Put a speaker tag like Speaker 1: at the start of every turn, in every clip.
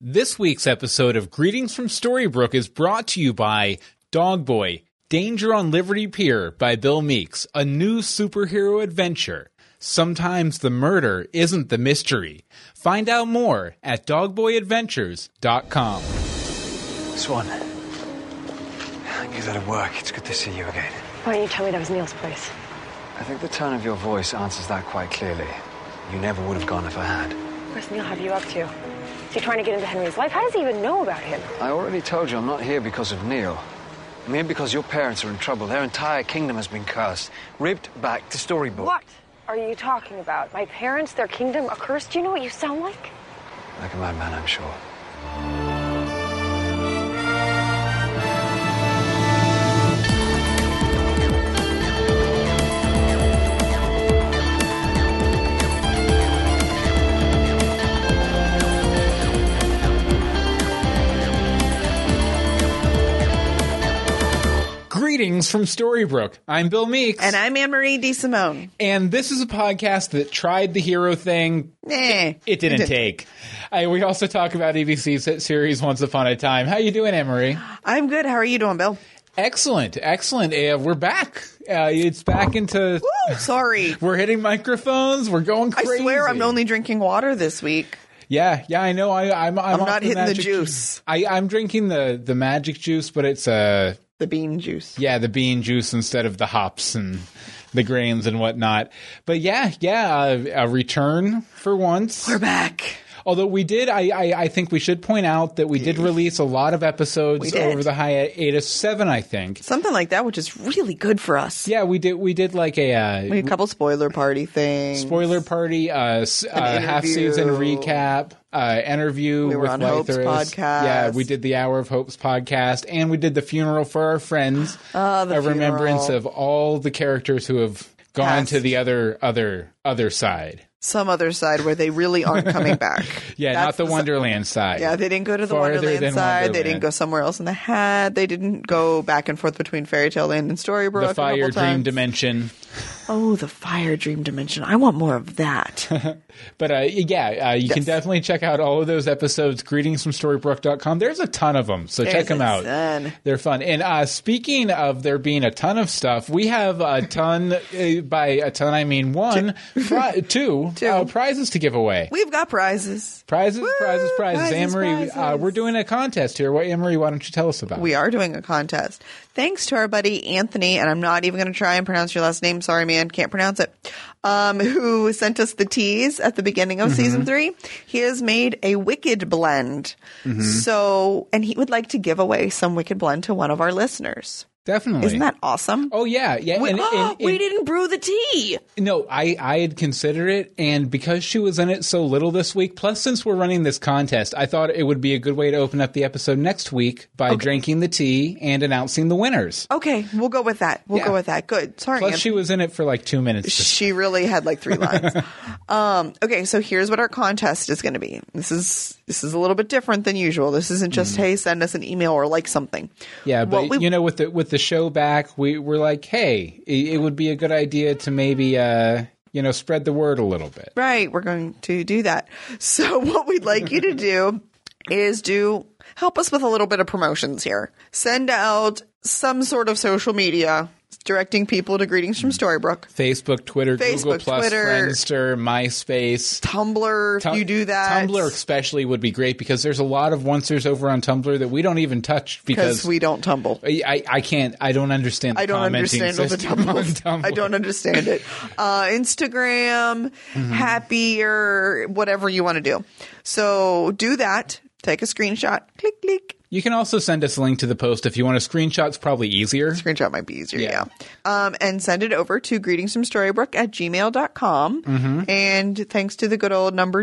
Speaker 1: This week's episode of Greetings from Storybrooke is brought to you by Dog Boy Danger on Liberty Pier by Bill Meeks, a new superhero adventure. Sometimes the murder isn't the mystery. Find out more at dogboyadventures.com.
Speaker 2: Swan, I knew that'd work. It's good to see you again.
Speaker 3: Why didn't you tell me that was Neil's place?
Speaker 2: I think the tone of your voice answers that quite clearly. You never would have gone if I had.
Speaker 3: Where's Neil have you up to? Is he trying to get into Henry's life? How does he even know about him?
Speaker 2: I already told you I'm not here because of Neil. I'm here because your parents are in trouble. Their entire kingdom has been cursed, ripped back to storybook.
Speaker 3: What are you talking about? My parents, their kingdom, a curse? Do you know what you sound like?
Speaker 2: Like a madman, I'm sure.
Speaker 1: Greetings from Storybrooke. I'm Bill Meeks.
Speaker 4: And I'm Anne Marie De Simone.
Speaker 1: And this is a podcast that tried the hero thing.
Speaker 4: Eh,
Speaker 1: It didn't
Speaker 4: did-
Speaker 1: take. I, we also talk about ABC's hit series Once Upon a Time. How you doing, Emery?
Speaker 4: I'm good. How are you doing, Bill?
Speaker 1: Excellent, excellent. Uh, we're back. Uh, it's back into.
Speaker 4: Woo, sorry.
Speaker 1: We're hitting microphones. We're going
Speaker 4: I
Speaker 1: crazy.
Speaker 4: swear I'm only drinking water this week.
Speaker 1: Yeah, yeah. I know. I, I'm. I'm,
Speaker 4: I'm
Speaker 1: off
Speaker 4: not hitting the
Speaker 1: magic ju-
Speaker 4: juice.
Speaker 1: I, I'm drinking the the magic juice, but it's uh
Speaker 4: The bean juice.
Speaker 1: yeah the bean juice instead of the hops and the grains and whatnot. But yeah, yeah. uh, A, a return for once.
Speaker 4: We're back.
Speaker 1: Although we did, I, I, I think we should point out that we did release a lot of
Speaker 4: We
Speaker 1: episodes
Speaker 4: did.
Speaker 1: over the hiatus seven. I think.
Speaker 4: Something like that, which is really good for us.
Speaker 1: Yeah, we did. We did like a. Uh,
Speaker 4: We had a couple spoiler party things.
Speaker 1: Spoiler party, uh, s- uh, half season
Speaker 4: interview.
Speaker 1: recap, uh, interview
Speaker 4: We were
Speaker 1: with
Speaker 4: on Hope's
Speaker 1: Lythris.
Speaker 4: podcast.
Speaker 1: Yeah, we did the Hour of Hope's podcast, and we did the funeral for our friends.
Speaker 4: Ah, the
Speaker 1: a remembrance
Speaker 4: funeral.
Speaker 1: of all the characters who have gone
Speaker 4: Passed.
Speaker 1: to the other other other side.
Speaker 4: Some other side where they really aren't coming back.
Speaker 1: Yeah, not
Speaker 4: That's
Speaker 1: the,
Speaker 4: si-
Speaker 1: Wonderland side.
Speaker 4: Yeah, they didn't go to the
Speaker 1: Farther
Speaker 4: Wonderland
Speaker 1: than
Speaker 4: side. They
Speaker 1: Wonderland.
Speaker 4: didn't go somewhere else in the hat. They didn't go back and forth between Fairy Tale Land and Storybrooke.
Speaker 1: the
Speaker 4: a couple
Speaker 1: fire dream
Speaker 4: times.
Speaker 1: dimension.
Speaker 4: Oh, the fire dream dimension. I want more of that.
Speaker 1: But uh, yeah, uh, you can definitely check out all of those episodes. Greetings from Storybrooke.com. There's a ton of them, so check
Speaker 4: There's
Speaker 1: them
Speaker 4: a
Speaker 1: out.
Speaker 4: ton.
Speaker 1: They're fun. And uh, speaking of there being a ton of stuff, we have a ton. uh, by a ton, I mean one, pri- two, Uh, prizes to give away.
Speaker 4: We've got prizes.
Speaker 1: Prizes,
Speaker 4: Woo!
Speaker 1: prizes, prizes.
Speaker 4: Prizes,
Speaker 1: Amory, Uh,
Speaker 4: prizes.
Speaker 1: we're doing a contest here. What, Amory? Why don't you tell us about?
Speaker 4: We
Speaker 1: it?
Speaker 4: are doing a contest. Thanks to our buddy Anthony, and I'm not even going to try and pronounce your last name. Sorry, man, can't pronounce it. Um, who sent us the teas at the beginning
Speaker 1: Mm-hmm.
Speaker 4: of season three? He has made a wicked blend.
Speaker 1: Mm-hmm.
Speaker 4: So, and he would like to give away some wicked blend to one of our listeners.
Speaker 1: definitely.
Speaker 4: Isn't that awesome?
Speaker 1: Oh yeah, yeah.
Speaker 4: we,
Speaker 1: and- and-
Speaker 4: we
Speaker 1: and-
Speaker 4: didn't brew the tea.
Speaker 1: No, I, I had considered it, and because she was in it so little this week, plus since we're running this contest, I thought it would be a good way to open up the episode next week by drinking the tea and announcing the winners.
Speaker 4: Okay, we'll go with that. We'll
Speaker 1: Yeah.
Speaker 4: go with that. Good. Sorry,
Speaker 1: Plus,
Speaker 4: Anthony.
Speaker 1: she was in it for like two minutes.
Speaker 4: she really had like three lines. um, okay, so here's what our contest is going to be. This is this is a little bit different than usual. This isn't just hey, send us an email or like something.
Speaker 1: Mm-hmm. yeah, but
Speaker 4: what we-
Speaker 1: you know, with the with the show back, we were like, hey, it, it would be a good idea to maybe uh, you know spread the word a little bit.
Speaker 4: Right, we're going to do that. So what we'd like you to do is do help us with a little bit of promotions here. Send out some sort of social media directing people to greetings
Speaker 1: Mm.
Speaker 4: from Storybrooke.
Speaker 1: Facebook, Twitter, Google
Speaker 4: Facebook,
Speaker 1: Plus,
Speaker 4: Twitter.
Speaker 1: Friendster, MySpace.
Speaker 4: Tumblr, if
Speaker 1: Tum-
Speaker 4: you do that.
Speaker 1: Tumblr especially would be great because there's a lot of oncers over on Tumblr that we don't even touch because
Speaker 4: because we don't tumble.
Speaker 1: I, I can't. I don't understand. The
Speaker 4: I don't
Speaker 1: commenting
Speaker 4: understand all the
Speaker 1: system on
Speaker 4: doubles.
Speaker 1: Tumblr.
Speaker 4: I don't understand it. Uh, Instagram,
Speaker 1: Mm-hmm.
Speaker 4: happier, whatever you want to do. So do that. Take a screenshot. Click, click.
Speaker 1: You can also send us a link to the post if you want a screenshot. It's probably easier.
Speaker 4: Screenshot might be easier.
Speaker 1: Yeah.
Speaker 4: Yeah. Um, and send it over to greetingsfromstorybrooke at gmail.com. Mm-hmm. And thanks to the good old number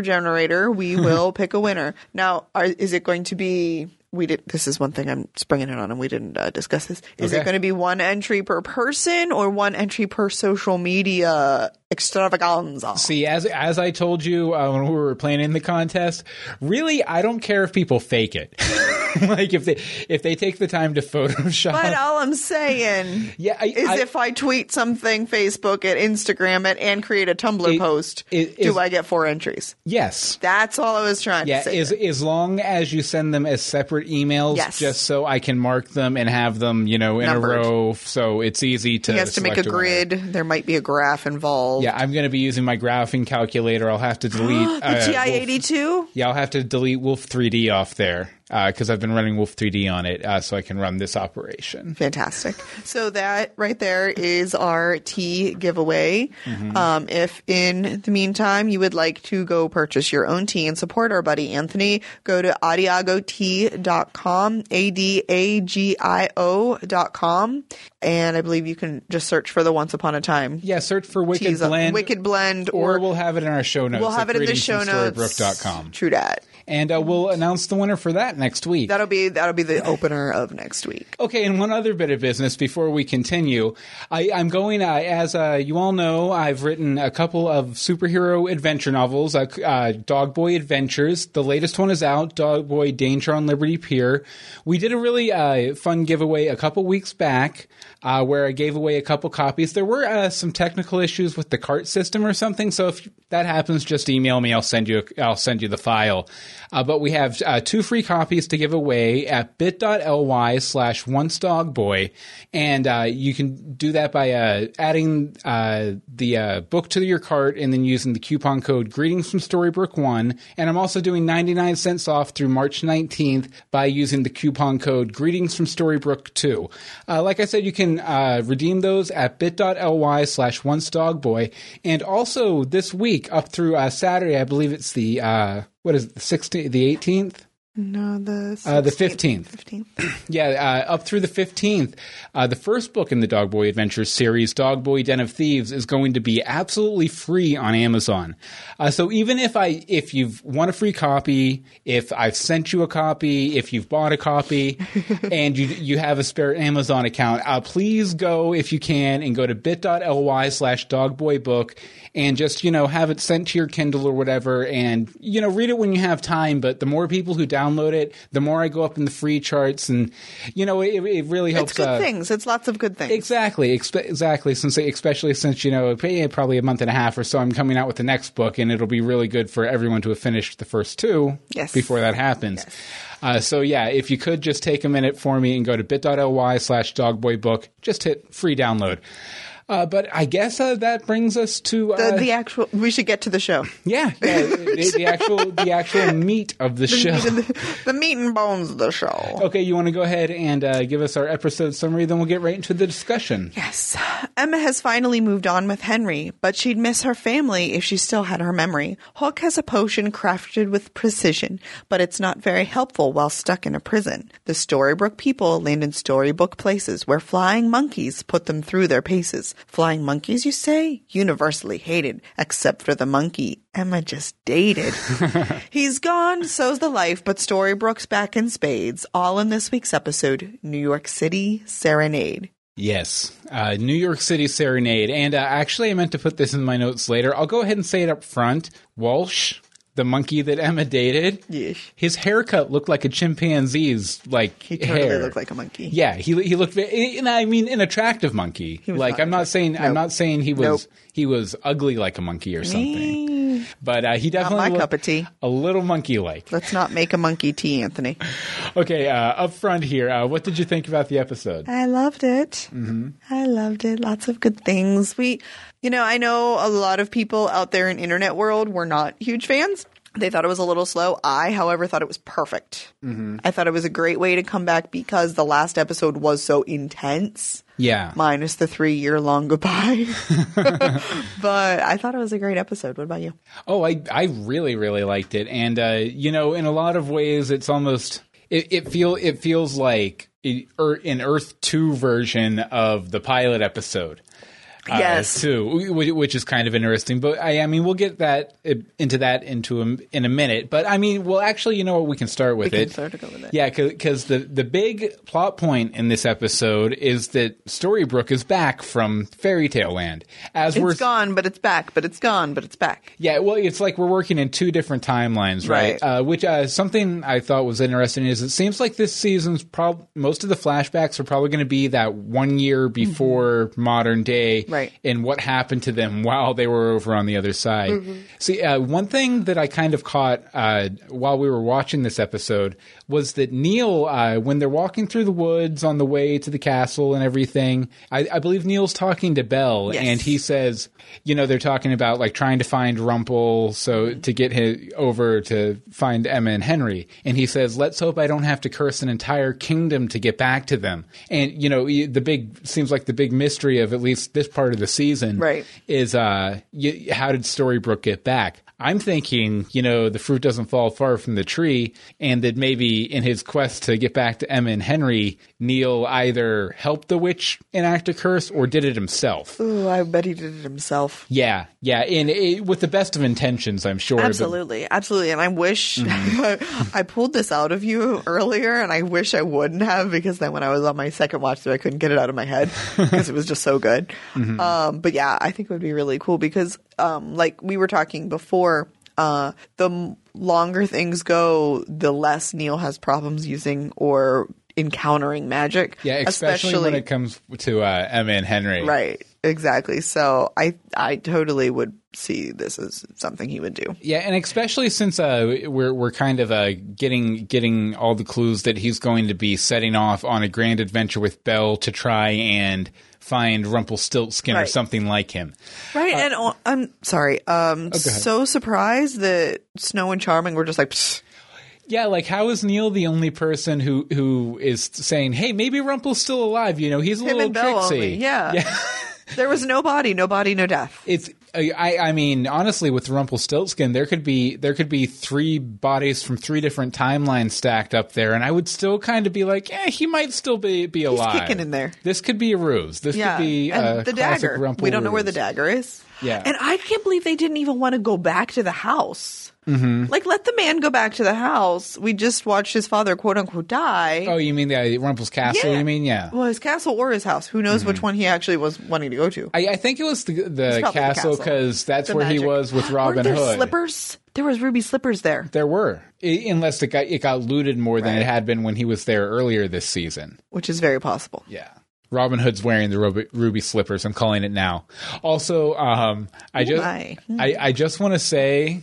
Speaker 4: generator, we will pick a winner. Now, are, is it going to be. We did. This is one thing I'm springing it on, and we didn't uh, discuss this. Is
Speaker 1: Okay.
Speaker 4: it going to be one entry per person or one entry per social media extravaganza?
Speaker 1: See, as as I told you uh, when we were planning the contest, really, I don't care if people fake it. like if they if they take the time to Photoshop,
Speaker 4: But uh, all I'm saying
Speaker 1: Yeah, I-
Speaker 4: is
Speaker 1: I-
Speaker 4: if I tweet something, Facebook it, Instagram it, and create a Tumblr
Speaker 1: It-
Speaker 4: post,
Speaker 1: it-
Speaker 4: do
Speaker 1: is-
Speaker 4: I get four entries?
Speaker 1: yes,
Speaker 4: That's all I was trying
Speaker 1: yeah.
Speaker 4: to say.
Speaker 1: As as long as you send them as separate emails,
Speaker 4: Yes.
Speaker 1: just so I can mark them and have them, you know, in
Speaker 4: Numbered.
Speaker 1: a row, so it's easy to.
Speaker 4: he has to make a
Speaker 1: select winner.
Speaker 4: grid. There might be a graph involved.
Speaker 1: Yeah, I'm going to be using my graphing calculator. I'll have to delete
Speaker 4: The
Speaker 1: uh, Wolf-
Speaker 4: TI-82?
Speaker 1: yeah, I'll have to delete Wolf 3D off there because I've been running Wolf 3D on it, uh, so I can run this operation.
Speaker 4: Fantastic. So that right there is our tea giveaway.
Speaker 1: Mm-hmm.
Speaker 4: Um, if in the meantime you would like to go purchase your own tea and support our buddy Anthony, go to adiagotea.com, A-D-A-G-I-O dot com. And I believe you can just search for the Once Upon a Time.
Speaker 1: Yeah, search for Wicked
Speaker 4: teas on-
Speaker 1: Blend,
Speaker 4: uh, Wicked Blend
Speaker 1: or
Speaker 4: or,
Speaker 1: we'll have it in our show notes.
Speaker 4: we'll have
Speaker 1: at
Speaker 4: it in the show notes.
Speaker 1: greetingsfromstorybrook.com.
Speaker 4: True that.
Speaker 1: and uh, we'll announce the winner for that next week.
Speaker 4: That'll be that'll be the opener of next week.
Speaker 1: Okay, and one other bit of business before we continue. I, I'm going, uh, as uh, you all know, I've written a couple of superhero adventure novels, uh, uh, Dog Boy Adventures. The latest one is out, Dog Boy Danger on Liberty Pier. We did a really uh, fun giveaway a couple weeks back uh, where I gave away a couple copies. There were uh, some technical issues with the cart system or something, so if that happens, just email me. I'll send you. A, I'll send you the file. Uh, but we have uh, two free copies to give away at bit.ly slash once dog boy, and uh, you can do that by uh, adding uh, the uh, book to your cart and then using the coupon code greetings from Storybrooke one. And I'm also doing 99 cents off through March 19th by using the coupon code greetings from Storybrooke two. Uh, like I said, you can uh, redeem those at bit.ly slash once dog boy. And also this week up through uh, Saturday, I believe it's the uh, what is it, the 16th, the 18th.
Speaker 4: No, the
Speaker 1: Uh, the 15th.
Speaker 4: 15th.
Speaker 1: Yeah, uh, up through the 15th. Uh, the first book in the Dog Boy Adventures series, Dog Boy Den of Thieves, is going to be absolutely free on Amazon. Uh, so even if I, if you've won a free copy, if I've sent you a copy, if you've bought a copy, and you you have a spare Amazon account, uh, please go if you can and go to bit.ly slash dogboybook and just, you know, have it sent to your Kindle or whatever and, you know, read it when you have time. But the more people who download it, the more I go up in the free charts and, you know, it, it really helps.
Speaker 4: It's good
Speaker 1: uh,
Speaker 4: things. It's lots of good things.
Speaker 1: Exactly, expe- exactly. Since especially since you know eh, probably a month and a half or so, I'm coming out with the next book, and it'll be really good for everyone to have finished the first two
Speaker 4: Yes.
Speaker 1: before that happens. Uh, so yeah, if you could just take a minute for me and go to bit.ly slash dogboybook, just hit free download. Uh, but I guess uh, that brings us to uh,
Speaker 4: the, the actual. We should get to the show.
Speaker 1: yeah, yeah, the, the actual the actual meat of the show.
Speaker 4: the meat and bones of the show.
Speaker 1: Okay, you want to go ahead and uh, give us our episode summary, then we'll get right into the discussion.
Speaker 4: Yes. Emma has finally moved on with Henry, but she'd miss her family if she still had her memory. Hulk has a potion crafted with precision, but it's not very helpful while stuck in a prison. The Storybook people land in storybook places where flying monkeys put them through their paces. Flying monkeys, you say? Universally hated, except for the monkey Emma just dated. He's gone, so's the life, but Storybrooke's back in spades, all in this week's episode New York City Serenade.
Speaker 1: Yes, uh, New York City Serenade. And uh, actually, I meant to put this in my notes later. I'll go ahead and say it up front. Walsh, the monkey that Emma dated,
Speaker 4: Yes.
Speaker 1: his haircut looked like a chimpanzee's like
Speaker 4: He totally
Speaker 1: hair.
Speaker 4: looked like a monkey.
Speaker 1: yeah, he he looked very, and I mean an attractive monkey.
Speaker 4: was
Speaker 1: like
Speaker 4: not
Speaker 1: I'm not saying I'm not saying he was
Speaker 4: Nope.
Speaker 1: he was ugly like a monkey or something, but uh, he definitely
Speaker 4: my
Speaker 1: looked
Speaker 4: cup of tea.
Speaker 1: a little monkey like.
Speaker 4: Let's not make a monkey tea, Anthony.
Speaker 1: Okay, uh, up front here, uh, what did you think about the episode?
Speaker 4: I loved it. I loved it. Lots of good things. We, you know, I know a lot of people out there in internet world were not huge fans. They thought it was a little slow. I, however, thought it was perfect. I thought it was a great way to come back because the last episode was so intense,
Speaker 1: Yeah,
Speaker 4: minus the three year long goodbye. but I thought it was a great episode. What about you?
Speaker 1: Oh, I I really really liked it, and uh, you know, in a lot of ways, it's almost it, it feel it feels like it, er, an Earth two version of the pilot episode. uh,
Speaker 4: Yes.
Speaker 1: too, wh- which is kind of interesting. But I, I mean, we'll get that uh, into that into a, in a minute. But I mean, well, actually, you know what? We can start with
Speaker 4: We
Speaker 1: it.
Speaker 4: can start to go with it.
Speaker 1: Yeah, because the the big plot point in this episode is that Storybrooke is back from Fairy Tale Land. As we're
Speaker 4: It's gone, but it's back, but it's gone, but it's back.
Speaker 1: yeah, well, it's like we're working in two different timelines, right?
Speaker 4: Right.
Speaker 1: Uh, which uh, something I thought was interesting is it seems like this season's prob- most of the flashbacks are probably going to be that one year before modern day,
Speaker 4: Mm-hmm. Right.
Speaker 1: And what happened to them while they were over on the other side.
Speaker 4: Mm-hmm.
Speaker 1: See, uh, one thing that I kind of caught uh, while we were watching this episode was that Neil, uh, when they're walking through the woods on the way to the castle and everything, I, I believe Neil's talking to Belle,
Speaker 4: Yes.
Speaker 1: and he says, you know, they're talking about like trying to find Rumple so to get him over to find Emma and Henry. And he says, let's hope I don't have to curse an entire kingdom to get back to them. And, you know, y- the big seems like the big mystery of at least this part of the season
Speaker 4: Right.
Speaker 1: is uh, y how did Storybrooke get back? I'm thinking, you know, the fruit doesn't fall far from the tree, and that maybe in his quest to get back to Emma and Henry, Neil either helped the witch enact a curse or did it himself.
Speaker 4: Ooh, I bet he did it himself.
Speaker 1: Yeah, yeah, and it, with the best of intentions, I'm sure. but-
Speaker 4: Absolutely, absolutely. And I wish
Speaker 1: Mm-hmm.
Speaker 4: I pulled this out of you earlier, and I wish I wouldn't have because then when I was on my second watch through, I couldn't get it out of my head because it was just so good.
Speaker 1: Mm-hmm.
Speaker 4: Um, but yeah, I think it would be really cool because, um, like we were talking before, uh, the m- longer things go, the less Neil has problems using or encountering magic.
Speaker 1: yeah, especially, when it comes to uh, Emma and Henry.
Speaker 4: right. Exactly. So I I totally would see this as something he would do.
Speaker 1: Yeah, and especially since uh, we're we're kind of uh, getting getting all the clues that he's going to be setting off on a grand adventure with Belle to try and find Rumpelstiltskin or
Speaker 4: Right.
Speaker 1: something like him. Uh,
Speaker 4: Right, and all, I'm sorry.
Speaker 1: Oh,
Speaker 4: Um, so surprised that Snow and Charming were just like, "Psst,
Speaker 1: Yeah, like how is Neil the only person who who is saying, "Hey, maybe Rumpel's still alive"? You know, he's a
Speaker 4: him
Speaker 1: little
Speaker 4: and Belle
Speaker 1: tricksy.
Speaker 4: only. Yeah. there was no body, no body, no death.
Speaker 1: it's uh, I, I mean honestly with Rumpelstiltskin there could be there could be three bodies from three different timelines stacked up there and I would still kind of be like eh he might still be be alive
Speaker 4: kicking in there.
Speaker 1: this could be a ruse this
Speaker 4: Yeah,
Speaker 1: could be
Speaker 4: and
Speaker 1: a
Speaker 4: the
Speaker 1: classic
Speaker 4: dagger.
Speaker 1: Rumpel
Speaker 4: we don't know where the
Speaker 1: ruse.
Speaker 4: dagger is.
Speaker 1: Yeah.
Speaker 4: and I can't believe they didn't even want to go back to the house. Mm-hmm. Like, let the man go back to the house. We just watched his father, quote unquote, die.
Speaker 1: oh you mean the Rumpel's castle
Speaker 4: Yeah.
Speaker 1: you mean yeah
Speaker 4: Well, his castle or his house. Who knows which one he actually was wanting to go to?
Speaker 1: Mm-hmm. I, I think it was the the
Speaker 4: It's probably the
Speaker 1: castle
Speaker 4: castle.
Speaker 1: because that's
Speaker 4: The
Speaker 1: where he
Speaker 4: magic.
Speaker 1: was with
Speaker 4: Weren't
Speaker 1: Robin
Speaker 4: there
Speaker 1: Hood
Speaker 4: Slippers. There was ruby slippers there.
Speaker 1: there were I- unless it got it got looted more than it
Speaker 4: Right.
Speaker 1: had been when he was there earlier this season
Speaker 4: which is very possible.
Speaker 1: Yeah. Robin Hood's wearing the ruby, ruby slippers. I'm calling it now. Also, um, I just
Speaker 4: my.
Speaker 1: I, I just want to say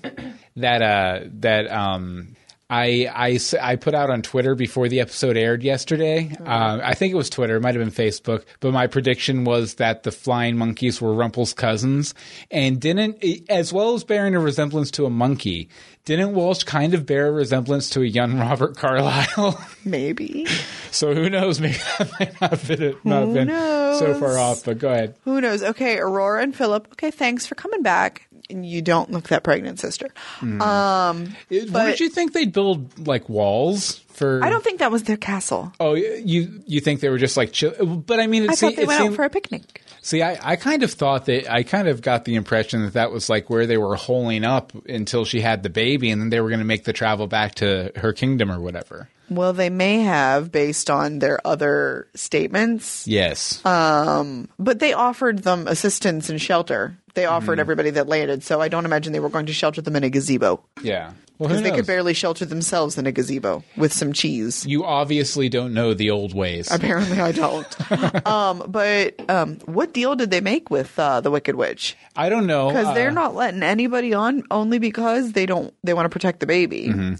Speaker 1: that uh, that um, I, I s- I put out on Twitter before the episode aired yesterday. Um, I think it was Twitter, it might have been Facebook, but my prediction was that the flying monkeys were Rumpel's cousins, and didn't e, as well as bearing a resemblance to a monkey. Didn't Walsh kind of bear a resemblance to a young Robert Carlyle?
Speaker 4: Maybe.
Speaker 1: So who knows? Maybe that might not have been, not have been so
Speaker 4: knows?
Speaker 1: far off. But go ahead.
Speaker 4: Who knows? Okay, Aurora and Philip. Okay, thanks for coming back. And you don't look that pregnant, sister.
Speaker 1: Mm,
Speaker 4: Um,
Speaker 1: It-
Speaker 4: But-
Speaker 1: Would you think they'd build like walls for?
Speaker 4: I don't think that was their castle.
Speaker 1: Oh, you you think they were just like chill? But I mean, it,
Speaker 4: I
Speaker 1: se-
Speaker 4: thought they
Speaker 1: it
Speaker 4: went
Speaker 1: seemed-
Speaker 4: out for a picnic.
Speaker 1: see, I, I kind of thought that I kind of got the impression that that was like where they were holing up until she had the baby, and then they were going to make the travel back to her kingdom or whatever.
Speaker 4: Well, they may have based on their other statements,
Speaker 1: Yes.
Speaker 4: Uh, but they offered them assistance and shelter. They offered
Speaker 1: Mm.
Speaker 4: everybody that landed, so I don't imagine they were going to shelter them in a gazebo
Speaker 1: yeah. Well, who
Speaker 4: because they could
Speaker 1: knows?
Speaker 4: barely shelter themselves in a gazebo with some cheese.
Speaker 1: you obviously don't know the old ways.
Speaker 4: Apparently, I don't. um, but um, what deal did they make with uh, the Wicked Witch?
Speaker 1: I don't know
Speaker 4: because
Speaker 1: Uh,
Speaker 4: they're not letting anybody on only because they don't they want to protect the baby
Speaker 1: Mm-hmm.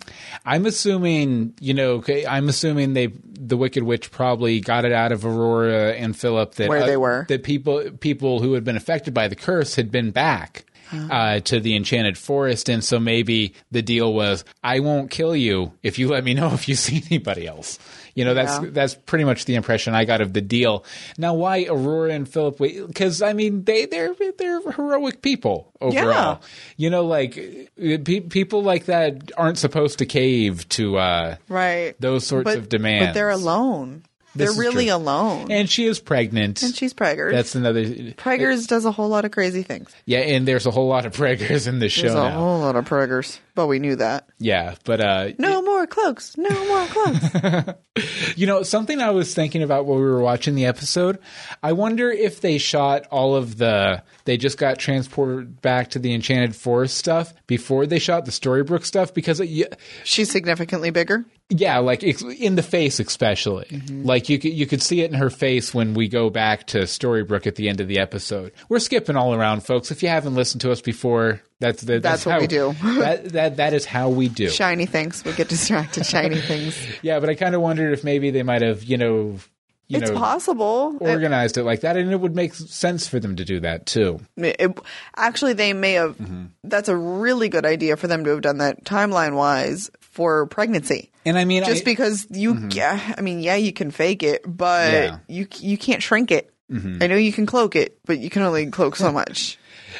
Speaker 1: I'm assuming, you know, okay, I'm assuming they the Wicked Witch probably got it out of Aurora and Philip that uh,
Speaker 4: Where they were.
Speaker 1: that people people who had been affected by the curse had been back.
Speaker 4: Oh.
Speaker 1: Uh, to the enchanted forest, and so maybe the deal was, I won't kill you if you let me know if you see anybody else. You know, that's
Speaker 4: Yeah.
Speaker 1: that's pretty much the impression I got of the deal. Now, why Aurora and Philip? Because I mean, they they're they're heroic people overall.
Speaker 4: Yeah.
Speaker 1: You know, like uh, pe- people like that aren't supposed to cave to uh,
Speaker 4: right
Speaker 1: those sorts
Speaker 4: but,
Speaker 1: of demands.
Speaker 4: but they're alone They're
Speaker 1: This is
Speaker 4: really
Speaker 1: true.
Speaker 4: alone. And,
Speaker 1: And she is pregnant.
Speaker 4: she's preggers.
Speaker 1: That's another.
Speaker 4: preggers does a whole lot of crazy things.
Speaker 1: Yeah, and there's a whole lot of preggers in this show
Speaker 4: There's a
Speaker 1: now.
Speaker 4: whole lot of preggers, but we knew that.
Speaker 1: Yeah, but uh,
Speaker 4: No more cloaks. No more cloaks.
Speaker 1: You know, something I was thinking about while we were watching the episode, I wonder if they shot all of the they just got transported back to the Enchanted Forest stuff before they shot the Storybrooke stuff because it, y-
Speaker 4: She's significantly bigger.
Speaker 1: yeah, like ex- in the face especially.
Speaker 4: Mm-hmm.
Speaker 1: Like you could, you could see it in her face when we go back to Storybrooke at the end of the episode. We're skipping all around folks. If you haven't listened to us before, that's that,
Speaker 4: That's what
Speaker 1: how,
Speaker 4: we do.
Speaker 1: that, that that is how we do.
Speaker 4: Shiny things. We get distracted. Shiny things.
Speaker 1: Yeah, but I kind of wondered if maybe they might have, you know, you
Speaker 4: it's
Speaker 1: know
Speaker 4: possible. It-
Speaker 1: organized it like that, and it would make sense for them to do that too.
Speaker 4: it- actually, they may have.
Speaker 1: Mm-hmm.
Speaker 4: That's a really good idea for them to have done that timeline wise for pregnancy.
Speaker 1: And I mean,
Speaker 4: Just
Speaker 1: I-
Speaker 4: because you, yeah, I mean, yeah, you can fake it, but
Speaker 1: Mm-hmm. Yeah. Mm-hmm.
Speaker 4: you you can't shrink it. I know you can cloak it, but you can only cloak so much.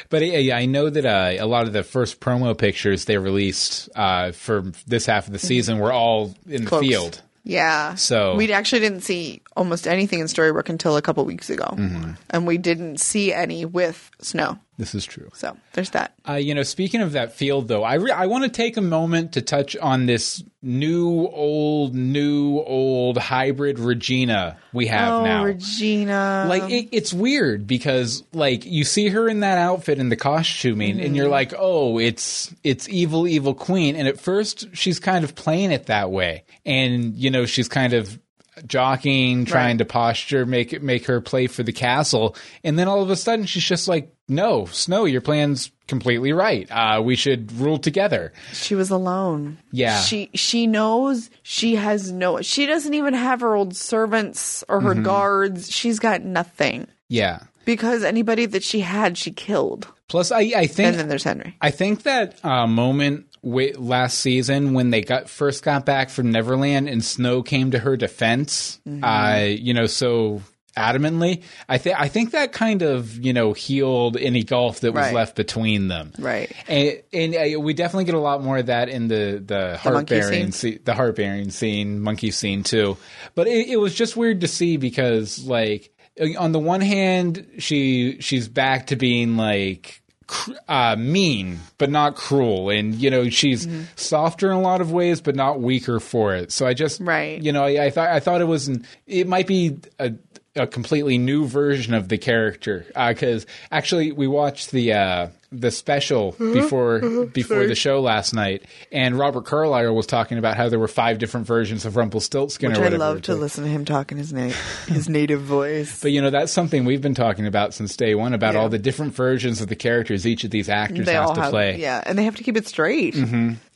Speaker 1: but I, I know that uh, a lot of the first promo pictures they released uh, for this half
Speaker 4: Mm-hmm.
Speaker 1: of the season were all in
Speaker 4: Cloaks.
Speaker 1: the field.
Speaker 4: Yeah.
Speaker 1: So-
Speaker 4: we actually didn't see almost anything in Storybrooke until a couple weeks ago,
Speaker 1: Mm-hmm.
Speaker 4: and we didn't see any with snow.
Speaker 1: This is true.
Speaker 4: So there's that.
Speaker 1: Uh, you know, speaking of that field, though, I re- I want to take a moment to touch on this new, old, new, old hybrid Regina we have
Speaker 4: oh,
Speaker 1: now.
Speaker 4: Regina.
Speaker 1: like it, it's weird because like you see her in that outfit and the costuming and you're like oh it's it's evil evil queen and at first she's kind of playing it that way and you know she's kind of jockeying trying
Speaker 4: Right.
Speaker 1: to posture make it make her play for the castle and then all of a sudden she's just like no snow your plan's completely right uh we should rule together
Speaker 4: She was alone.
Speaker 1: Yeah.
Speaker 4: She she knows she has no she doesn't even have her old servants or
Speaker 1: Mm-hmm.
Speaker 4: her guards. She's got nothing.
Speaker 1: yeah
Speaker 4: Because anybody that she had, she killed.
Speaker 1: plus i i think
Speaker 4: And then there's Henry.
Speaker 1: I think that uh, moment wi- last season when they got first got back from Neverland and Snow came to her defense,
Speaker 4: Mm-hmm.
Speaker 1: uh, you know, so adamantly. I think I think that kind of you know healed any gulf that was
Speaker 4: Right.
Speaker 1: left between them.
Speaker 4: Right.
Speaker 1: And, and uh, we definitely get a lot more of that in the the heart
Speaker 4: monkey
Speaker 1: bearing
Speaker 4: scene?
Speaker 1: scene, the heart bearing scene, monkey scene too. But it, it was just weird to see because like uh, on the one hand she she's back to being like cr- uh, mean but not cruel and you know she's
Speaker 4: Mm-hmm.
Speaker 1: softer in a lot of ways but not weaker for it so i just
Speaker 4: Right.
Speaker 1: you know i, I thought i thought it was an, it might be a a completely new version of the character because actually we watched the uh, the special
Speaker 4: Mm-hmm,
Speaker 1: before before the show last night, and Robert Carlyle was talking about how there were five different versions of Rumpelstiltskin
Speaker 4: Which
Speaker 1: or
Speaker 4: I
Speaker 1: whatever.
Speaker 4: love to listen to him talk in his na- his native voice.
Speaker 1: But you know that's something we've been talking about since day one about all the different versions of the characters each of these actors
Speaker 4: they
Speaker 1: has
Speaker 4: all
Speaker 1: to
Speaker 4: have
Speaker 1: play. Mm-hmm.
Speaker 4: yeah, and they have to keep it straight.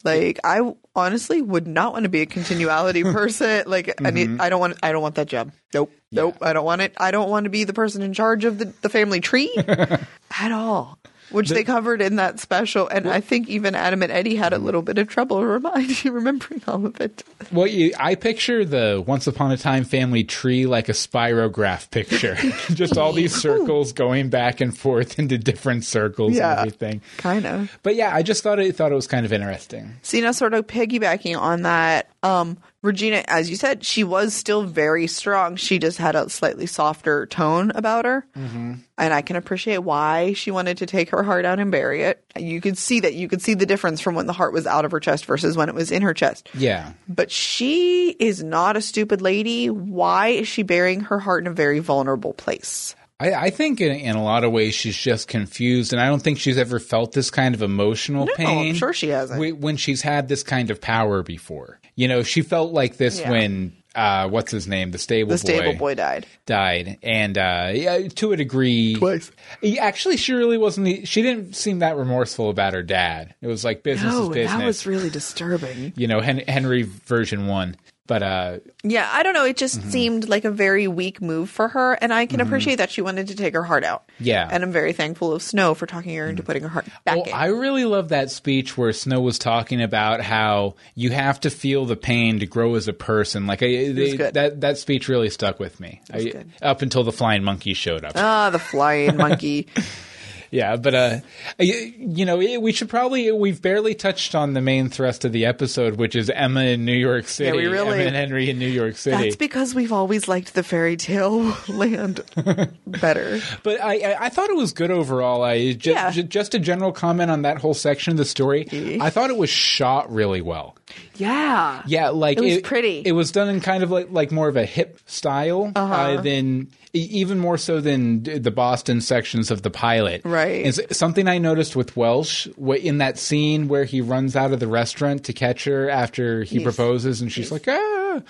Speaker 4: Like I honestly would not want to be a continuality person. Like I
Speaker 1: Mm-hmm.
Speaker 4: need, I don't want I don't want that job. Nope, nope, I don't want it. I don't want to be the person in charge of the, the family tree at all. Which they covered in that special, and I think even Adam and Eddie had a
Speaker 1: Mm-hmm.
Speaker 4: little bit of trouble reminding remembering all of it.
Speaker 1: Well, you, I picture the Once Upon a Time family tree like a spirograph picture, just all these circles going back and forth into different circles
Speaker 4: Yeah.
Speaker 1: and everything.
Speaker 4: Kind of.
Speaker 1: But yeah, I just thought it thought it was kind of interesting.
Speaker 4: So, you know, sort of piggybacking on that, um, Regina, as you said, she was still very strong. She just had a slightly softer tone about her. Mm-hmm. And I can appreciate why she wanted to take her heart out and bury it. You could see that. You could see the difference from when the heart was out of her chest versus when it was in her chest.
Speaker 1: Yeah.
Speaker 4: But she is not a stupid lady. Why is she burying her heart in a very vulnerable place?
Speaker 1: I, I think in, in a lot of ways she's just confused, and I don't think she's ever felt this kind of emotional
Speaker 4: No,
Speaker 1: pain.
Speaker 4: I'm sure she hasn't.
Speaker 1: whe- when she's had this kind of power before. You know, she felt like this
Speaker 4: Yeah.
Speaker 1: when uh, what's his name, the stable
Speaker 4: the stable boy died.
Speaker 1: died, and uh, yeah, to a degree,
Speaker 4: Twice.
Speaker 1: Yeah, Actually, she really wasn't. She didn't seem that remorseful about her dad. It was like business
Speaker 4: No,
Speaker 1: is business.
Speaker 4: Oh, that was really disturbing.
Speaker 1: you know, Hen- Henry version one. But uh,
Speaker 4: Yeah, I don't know. It
Speaker 1: Mm-hmm.
Speaker 4: just seemed like a very weak move for her, and I can appreciate that she wanted to take her heart out.
Speaker 1: Yeah.
Speaker 4: and I'm very thankful of Snow for talking her into putting her heart back
Speaker 1: Well,
Speaker 4: in.
Speaker 1: oh, I really love that speech where Snow was talking about how you have to feel the pain to grow as a person. Like I, they,
Speaker 4: good.
Speaker 1: that that speech really stuck with me. I,
Speaker 4: good. Oh,
Speaker 1: up until the flying monkey showed up.
Speaker 4: ah, the flying monkey.
Speaker 1: Yeah, but uh, y- you know, eh, we should probably we've barely touched on the main thrust of the episode, which is Emma in New York City,
Speaker 4: we really-
Speaker 1: Emma and Henry in New York City.
Speaker 4: That's because we've always liked the fairy tale land better.
Speaker 1: but I, I, I thought it was good overall. I just,
Speaker 4: Yeah.
Speaker 1: just a general comment on that whole section of the story. I thought it was shot really well.
Speaker 4: Yeah.
Speaker 1: Yeah, like
Speaker 4: It was pretty.
Speaker 1: It was done in kind of like like more of a hip style uh
Speaker 4: Uh-huh.
Speaker 1: than e- even more so than d- the Boston sections of the pilot.
Speaker 4: Right.
Speaker 1: And s- something I noticed with Welsh wa- in that scene where he runs out of the restaurant to catch her after he proposes, and she's like, ah.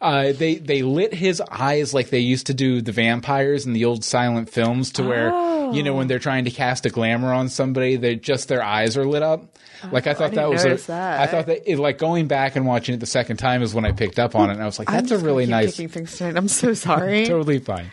Speaker 1: Uh, they they lit his eyes like they used to do the vampires in the old silent films, to where you
Speaker 4: Oh.
Speaker 1: know when they're trying to cast a glamour on somebody, they just their eyes are lit up. Like I thought
Speaker 4: didn't
Speaker 1: that was a,
Speaker 4: notice that.
Speaker 1: I thought that it, like going back and watching it the second time is when I picked up on it, and I was like,
Speaker 4: I'm
Speaker 1: that's a
Speaker 4: just gonna
Speaker 1: really
Speaker 4: keep
Speaker 1: nice,
Speaker 4: Picking things tonight. I'm so sorry.
Speaker 1: totally fine.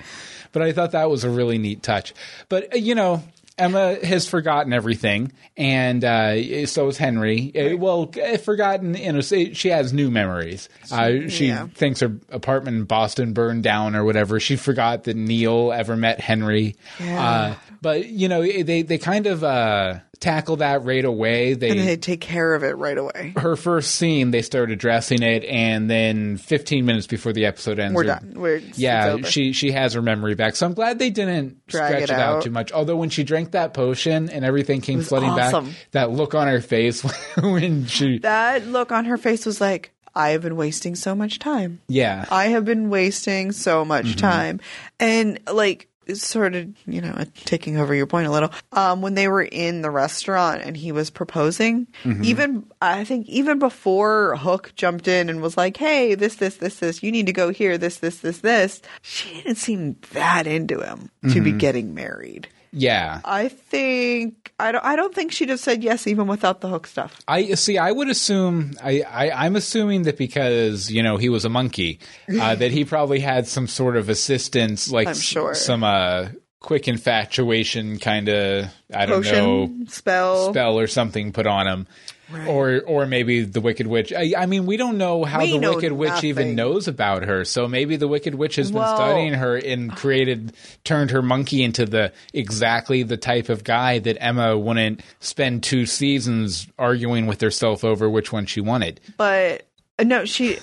Speaker 1: But I thought that was a really neat touch. But uh, you know. Emma has forgotten everything, and uh, so has Henry. Uh, Well, uh, forgotten, you know, say- uh, she has new memories. Uh, she
Speaker 4: yeah.
Speaker 1: thinks her apartment in Boston burned down or whatever. She forgot that Neil ever met Henry. Uh, but, you know, they, they kind of uh, tackle that right away. They,
Speaker 4: And they take care of it right away.
Speaker 1: her first scene, they start addressing it, and then 15 minutes before the episode ends,
Speaker 4: We're
Speaker 1: it-
Speaker 4: done. We're it's
Speaker 1: yeah,
Speaker 4: over.
Speaker 1: she she has her memory back. So I'm glad they didn't
Speaker 4: Drag
Speaker 1: stretch
Speaker 4: it
Speaker 1: it out.
Speaker 4: out.
Speaker 1: too much. Although when she drank that potion and everything came
Speaker 4: was
Speaker 1: flooding
Speaker 4: awesome.
Speaker 1: back, that look on her face when she
Speaker 4: that look on her face was like, I have been wasting so much time.
Speaker 1: yeah
Speaker 4: I have been wasting so much
Speaker 1: Mm-hmm.
Speaker 4: time. And like sort of, you know, taking over your point a little. Um when they were in the restaurant and he was proposing,
Speaker 1: Mm-hmm.
Speaker 4: even I think even before Hook jumped in and was like, "Hey, this this this this, you need to go here, this this this this." She didn't seem that into him to
Speaker 1: Mm-hmm.
Speaker 4: be getting married.
Speaker 1: yeah.
Speaker 4: I think I don't I don't think she'd have said yes even without the Hook stuff.
Speaker 1: I see. I would assume. I, I I'm assuming that because you know he was a monkey, uh, that he probably had some sort of assistance, like
Speaker 4: I'm
Speaker 1: s-
Speaker 4: sure.
Speaker 1: some uh, quick infatuation kind of. I don't know.
Speaker 4: Potion, spell.
Speaker 1: spell or something put on him. Or, or maybe the Wicked Witch. I, I mean, we don't know how
Speaker 4: We
Speaker 1: the
Speaker 4: know
Speaker 1: Wicked Witch even
Speaker 4: nothing.
Speaker 1: knows about her. So maybe the Wicked Witch has been
Speaker 4: Well-
Speaker 1: studying her and created, turned her monkey into the exactly the type of guy that Emma wouldn't spend two seasons arguing with herself over which one she wanted.
Speaker 4: But uh, no, she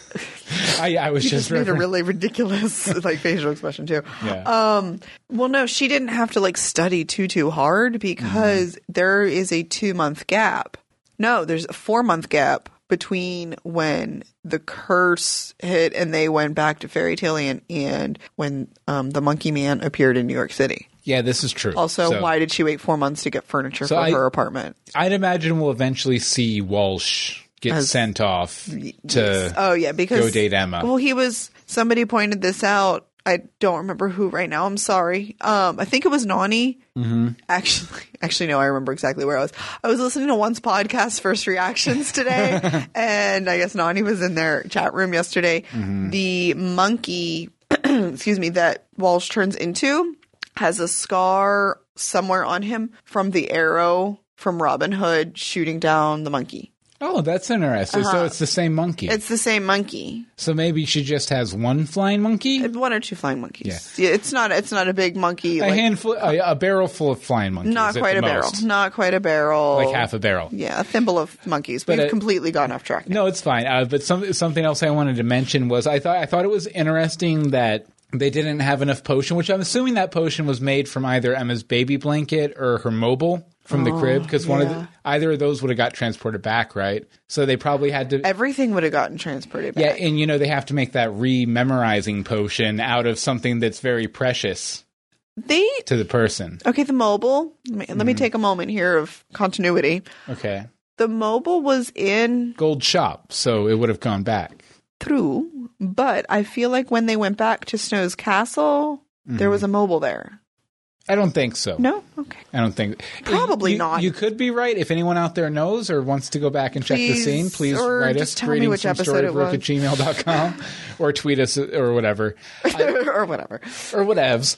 Speaker 1: I, I was
Speaker 4: She
Speaker 1: just,
Speaker 4: just made a
Speaker 1: refer-
Speaker 4: really ridiculous like facial expression too.
Speaker 1: Yeah.
Speaker 4: Um, well, no, she didn't have to like study too too hard because
Speaker 1: Mm-hmm.
Speaker 4: there is a two month gap. No, there's a four month gap between when the curse hit and they went back to fairy tale and, and when um, the monkey man appeared in New York City.
Speaker 1: yeah, this is true.
Speaker 4: Also,
Speaker 1: So
Speaker 4: why did she wait four months to get furniture
Speaker 1: So
Speaker 4: for
Speaker 1: I-
Speaker 4: her apartment?
Speaker 1: I'd imagine we'll eventually see Walsh get
Speaker 4: As-
Speaker 1: sent off to.
Speaker 4: Yes. oh yeah because
Speaker 1: go date Emma.
Speaker 4: Well, he was somebody pointed this out. I don't remember who right now. I'm sorry. Um, I think it was Nani. Mm-hmm. Actually, actually, no, I remember exactly where I was. I was listening to one's podcast, First Reactions, today, and I guess Nani was in their chat room yesterday.
Speaker 1: Mm-hmm.
Speaker 4: The monkey, excuse me, that Walsh turns into has a scar somewhere on him from the arrow from Robin Hood shooting down the monkey.
Speaker 1: Oh, that's interesting. So it's the same monkey.
Speaker 4: Uh-huh. It's the same monkey.
Speaker 1: So maybe she just has one flying monkey, a
Speaker 4: one or two flying monkeys. Yeah, it's not it's not a big monkey. like,
Speaker 1: handful, a, a barrel full of flying monkeys.
Speaker 4: not
Speaker 1: at
Speaker 4: quite
Speaker 1: the
Speaker 4: a barrel.
Speaker 1: most.
Speaker 4: Not quite a barrel.
Speaker 1: like half a barrel.
Speaker 4: Yeah, a thimble of monkeys. We've
Speaker 1: it-
Speaker 4: completely gone off track. now.
Speaker 1: No, it's fine. Uh, but some, something else I wanted to mention was I thought I thought it was interesting that they didn't have enough potion, which I'm assuming that potion was made from either Emma's baby blanket or her mobile from
Speaker 4: Oh,
Speaker 1: the crib because one of the, either of those would have got transported back, right? So they probably had to.
Speaker 4: Everything would have gotten transported
Speaker 1: yeah,
Speaker 4: back.
Speaker 1: and you know they have to make that re-memorizing potion out of something that's very precious
Speaker 4: They
Speaker 1: to the person.
Speaker 4: okay. The mobile. Let me, let
Speaker 1: Mm-hmm.
Speaker 4: me take a moment here of continuity.
Speaker 1: Okay,
Speaker 4: The mobile was in
Speaker 1: gold shop, so it would have gone back.
Speaker 4: through, but I feel like when they went back to Snow's castle, there
Speaker 1: Mm-hmm.
Speaker 4: was a mobile there.
Speaker 1: I don't think so.
Speaker 4: No, okay.
Speaker 1: I don't think.
Speaker 4: Probably
Speaker 1: You-
Speaker 4: not.
Speaker 1: You could be right. If anyone out there knows or wants to go back and check the
Speaker 4: Please,
Speaker 1: scene, please
Speaker 4: or
Speaker 1: write
Speaker 4: just
Speaker 1: us
Speaker 4: tell me
Speaker 1: greetings
Speaker 4: which
Speaker 1: from
Speaker 4: episode it
Speaker 1: storybrook
Speaker 4: was.
Speaker 1: at gmail.com or tweet us or whatever.
Speaker 4: or whatever.
Speaker 1: Or whatevs.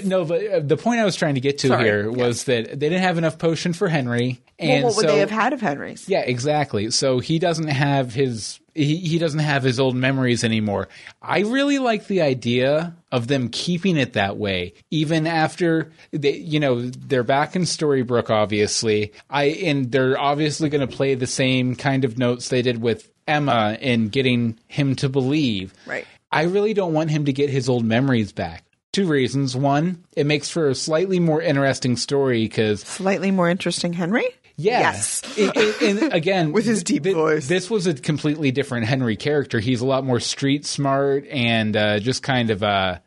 Speaker 1: Uh, no, but uh, the point I was trying to get to
Speaker 4: Sorry.
Speaker 1: here was that they didn't have enough potion for Henry.
Speaker 4: Well,
Speaker 1: And
Speaker 4: what would
Speaker 1: so,
Speaker 4: they have had of Henry's?
Speaker 1: Yeah, exactly. So he doesn't have his he, he doesn't have his old memories anymore. I really like the idea of them keeping it that way, even after they, you know, they're back in Storybrooke, obviously. I and they're obviously going to play the same kind of notes they did with Emma in getting him to believe.
Speaker 4: Right.
Speaker 1: I really don't want him to get his old memories back. Two reasons. One, it makes for a slightly more interesting story because
Speaker 4: Slightly more interesting, Henry.
Speaker 1: yeah.
Speaker 4: Yes.
Speaker 1: It- it- and again,
Speaker 4: With his deep voice.
Speaker 1: This was a completely different Henry character. He's a lot more street smart and uh, just kind of uh,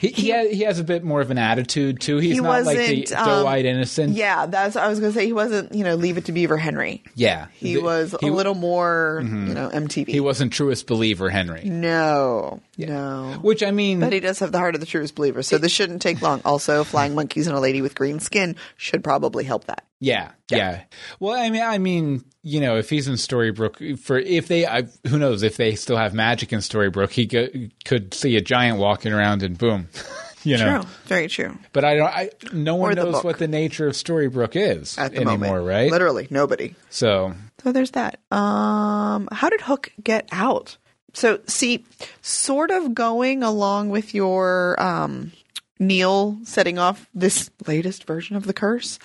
Speaker 1: he, he, ha- he has a bit more of an attitude too. He's
Speaker 4: He
Speaker 1: not like the
Speaker 4: wasn't, um,
Speaker 1: doe-eyed innocent.
Speaker 4: Yeah, that's I was gonna say. He wasn't, you know, leave it to Beaver Henry.
Speaker 1: yeah.
Speaker 4: He
Speaker 1: Th-
Speaker 4: was a little more, you know, MTV.
Speaker 1: Mm-hmm. He wasn't truest believer Henry,
Speaker 4: no, no.
Speaker 1: which I mean,
Speaker 4: But he does have the heart of the truest believer, so this shouldn't take long. Also, flying monkeys and a lady with green skin should probably help that.
Speaker 1: Yeah, yeah. Well, I mean, I mean, you know, if he's in Storybrooke, for if they, I, who knows if they still have magic in Storybrooke, he go, could see a giant walking around and boom, you know.
Speaker 4: very true.
Speaker 1: But I don't. I no one
Speaker 4: Or the
Speaker 1: knows
Speaker 4: book.
Speaker 1: what the nature of Storybrooke is
Speaker 4: At the
Speaker 1: anymore,
Speaker 4: moment,
Speaker 1: right?
Speaker 4: Literally nobody.
Speaker 1: So
Speaker 4: So there's that. Um, how did Hook get out? So see, sort of going along with your um, Neil setting off this latest version of the curse.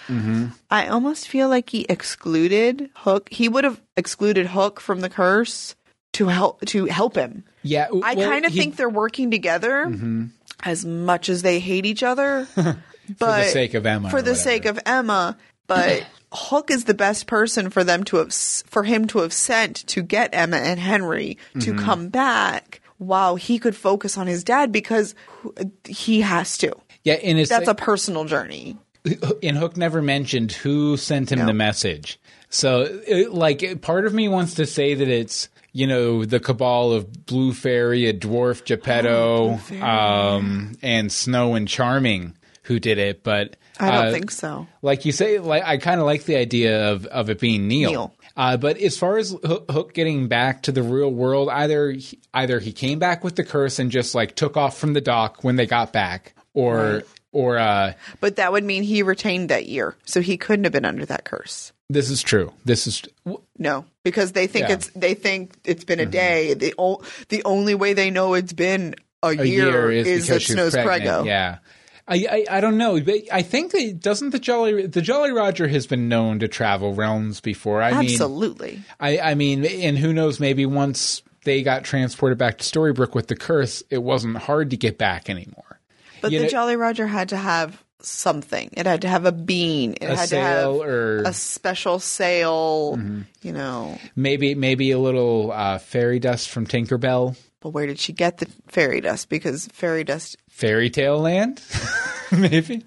Speaker 4: I almost feel like he excluded Hook. He would have excluded Hook from the curse to help to help him.
Speaker 1: yeah,
Speaker 4: I
Speaker 1: well,
Speaker 4: kind of
Speaker 1: he- Mm-hmm.
Speaker 4: think they're working together as much as they hate each other. but
Speaker 1: for the sake of Emma,
Speaker 4: for
Speaker 1: or
Speaker 4: the sake
Speaker 1: whatever.
Speaker 4: of Emma, but Hook is the best person for them to have s- for him to have sent to get Emma and Henry to
Speaker 1: Mm-hmm.
Speaker 4: come back while he could focus on his dad because wh- he has to.
Speaker 1: yeah, and it's
Speaker 4: That's
Speaker 1: like-
Speaker 4: a personal journey.
Speaker 1: and Hook never mentioned who sent him the message. So, it, like, it- part of me wants to say that it's you know the cabal of Blue Fairy, a dwarf Geppetto, um, and Snow and Charming who did it, but
Speaker 4: I don't
Speaker 1: uh,
Speaker 4: think so.
Speaker 1: like you say, like I kind of like the idea of of it being Neil.
Speaker 4: Neil.
Speaker 1: Uh, but as far as Hook, Hook getting back to the real world, either he, either he came back with the curse and just like took off from the dock when they got back, or or uh,
Speaker 4: But that would mean he retained that year, so he couldn't have been under that curse.
Speaker 1: this is true. This is
Speaker 4: No, because they think
Speaker 1: Yeah. Mm-hmm.
Speaker 4: it's they think it's been a day. The o- the only way they know it's been a,
Speaker 1: a
Speaker 4: year,
Speaker 1: year, is,
Speaker 4: is
Speaker 1: because
Speaker 4: that
Speaker 1: she's
Speaker 4: Snow's
Speaker 1: pregnant.
Speaker 4: preggo.
Speaker 1: Yeah. I, I, I don't know, but I think that doesn't the Jolly the Jolly Roger has been known to travel realms before. I mean,
Speaker 4: Absolutely.
Speaker 1: I, I mean, and who knows? Maybe once they got transported back to Storybrooke with the curse, it wasn't hard to get back anymore.
Speaker 4: But
Speaker 1: You
Speaker 4: the
Speaker 1: know-
Speaker 4: Jolly Roger had to have something. It had to have a bean. It
Speaker 1: A
Speaker 4: had
Speaker 1: sail Mm-hmm.
Speaker 4: to have
Speaker 1: or
Speaker 4: a special sail. You know,
Speaker 1: maybe maybe a little uh, fairy dust from Tinkerbell,
Speaker 4: but where did she get the fairy dust? Because fairy dust.
Speaker 1: fairy tale land, maybe.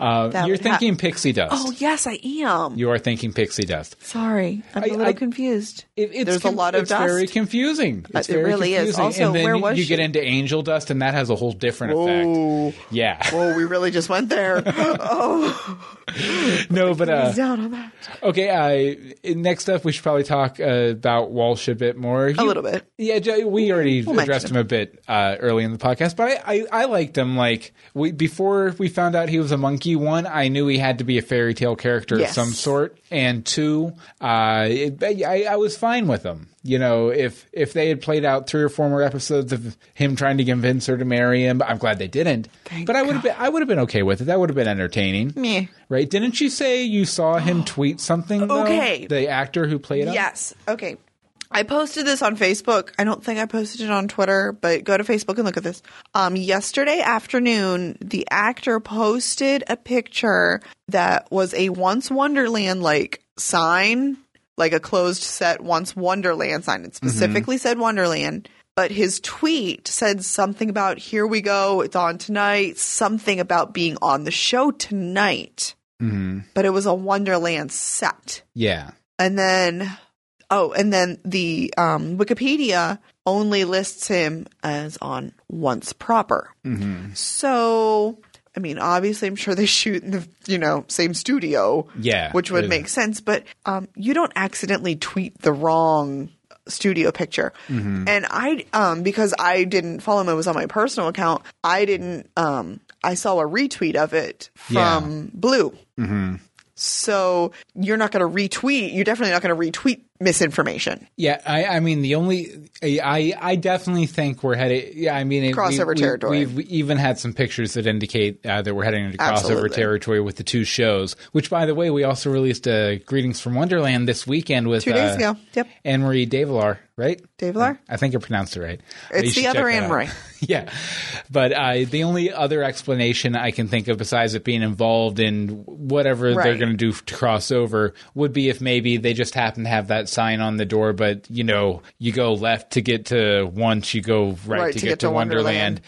Speaker 1: Uh,
Speaker 4: That
Speaker 1: you're
Speaker 4: would hap-
Speaker 1: thinking pixie dust.
Speaker 4: Oh yes, I am.
Speaker 1: You are thinking pixie dust.
Speaker 4: Sorry, I'm a
Speaker 1: I-
Speaker 4: little
Speaker 1: I-
Speaker 4: confused.
Speaker 1: It, it's
Speaker 4: There's a
Speaker 1: con-
Speaker 4: lot of
Speaker 1: it's very
Speaker 4: dust. Uh,
Speaker 1: confusing. It's
Speaker 4: it
Speaker 1: very
Speaker 4: really is.
Speaker 1: confusing.
Speaker 4: Also,
Speaker 1: and then
Speaker 4: where
Speaker 1: you,
Speaker 4: was
Speaker 1: you
Speaker 4: she?
Speaker 1: get into angel dust, and that has a whole different
Speaker 4: Whoa.
Speaker 1: effect. Yeah,
Speaker 4: Whoa, Oh, we really just went there. oh,
Speaker 1: no, but uh,
Speaker 4: down on that
Speaker 1: okay. I next up, we should probably talk uh, about Walsh a bit more.
Speaker 4: a little bit.
Speaker 1: Yeah, J- we already
Speaker 4: mention
Speaker 1: addressed
Speaker 4: him.
Speaker 1: him a bit uh, early in the podcast, but I, I, I liked him. Like we, before we found out he was a monkey, one, I knew he had to be a fairy tale character
Speaker 4: Yes.
Speaker 1: of some sort, and two, uh, it, I, I was fine with him. You know, if if they had played out three or four more episodes of him trying to convince her to marry him, I'm glad they didn't.
Speaker 4: Thank
Speaker 1: but I would have been I would have been okay with it. That would have been entertaining,
Speaker 4: Meh.
Speaker 1: right? Didn't you say you saw him tweet something? though?
Speaker 4: Okay.
Speaker 1: the actor who played him.
Speaker 4: Yes. Okay. I posted this on Facebook. I don't think I posted it on Twitter, but go to Facebook and look at this. Um, yesterday afternoon, the actor posted a picture that was a once Wonderland like sign, like a closed set once Wonderland sign. It specifically said Wonderland, but his tweet said something about here we go, it's on tonight, something about being on the show tonight. But it was a Wonderland set
Speaker 1: Yeah.
Speaker 4: and then oh and then the um, wikipedia only lists him as on once proper
Speaker 1: Mm-hmm.
Speaker 4: so i mean obviously i'm sure they shoot in the you know same studio
Speaker 1: Yeah.
Speaker 4: which would
Speaker 1: It-
Speaker 4: make sense but um, you don't accidentally tweet the wrong studio picture
Speaker 1: Mm-hmm.
Speaker 4: and i um, because i didn't follow him it was on my personal account i didn't um, i saw a retweet of it
Speaker 1: Yeah. Mm-hmm.
Speaker 4: from blue so you're not going to retweet. You're definitely not going to retweet misinformation.
Speaker 1: Yeah, I, I mean the only I I definitely think we're headed. Yeah, I mean it,
Speaker 4: Crossover territory.
Speaker 1: We've even had some pictures that indicate uh, that we're heading into crossover
Speaker 4: Absolutely.
Speaker 1: territory with the two shows. Which, by the way, we also released uh, "Greetings from Wonderland" this weekend with
Speaker 4: Two days
Speaker 1: uh,
Speaker 4: ago. Yep.
Speaker 1: Anne Marie Davilar, right?
Speaker 4: Davilar?
Speaker 1: I think I pronounced it right. Uh, you
Speaker 4: It's
Speaker 1: should
Speaker 4: the other
Speaker 1: check that
Speaker 4: Anne
Speaker 1: out.
Speaker 4: Marie.
Speaker 1: yeah, but uh, the only other explanation I can think of besides it being involved in whatever they're
Speaker 4: Right.
Speaker 1: going to do to cross over would be if maybe they just happen to have that sign on the door, but you know, you go left to get to once, you go right, to, get, to Wonderland.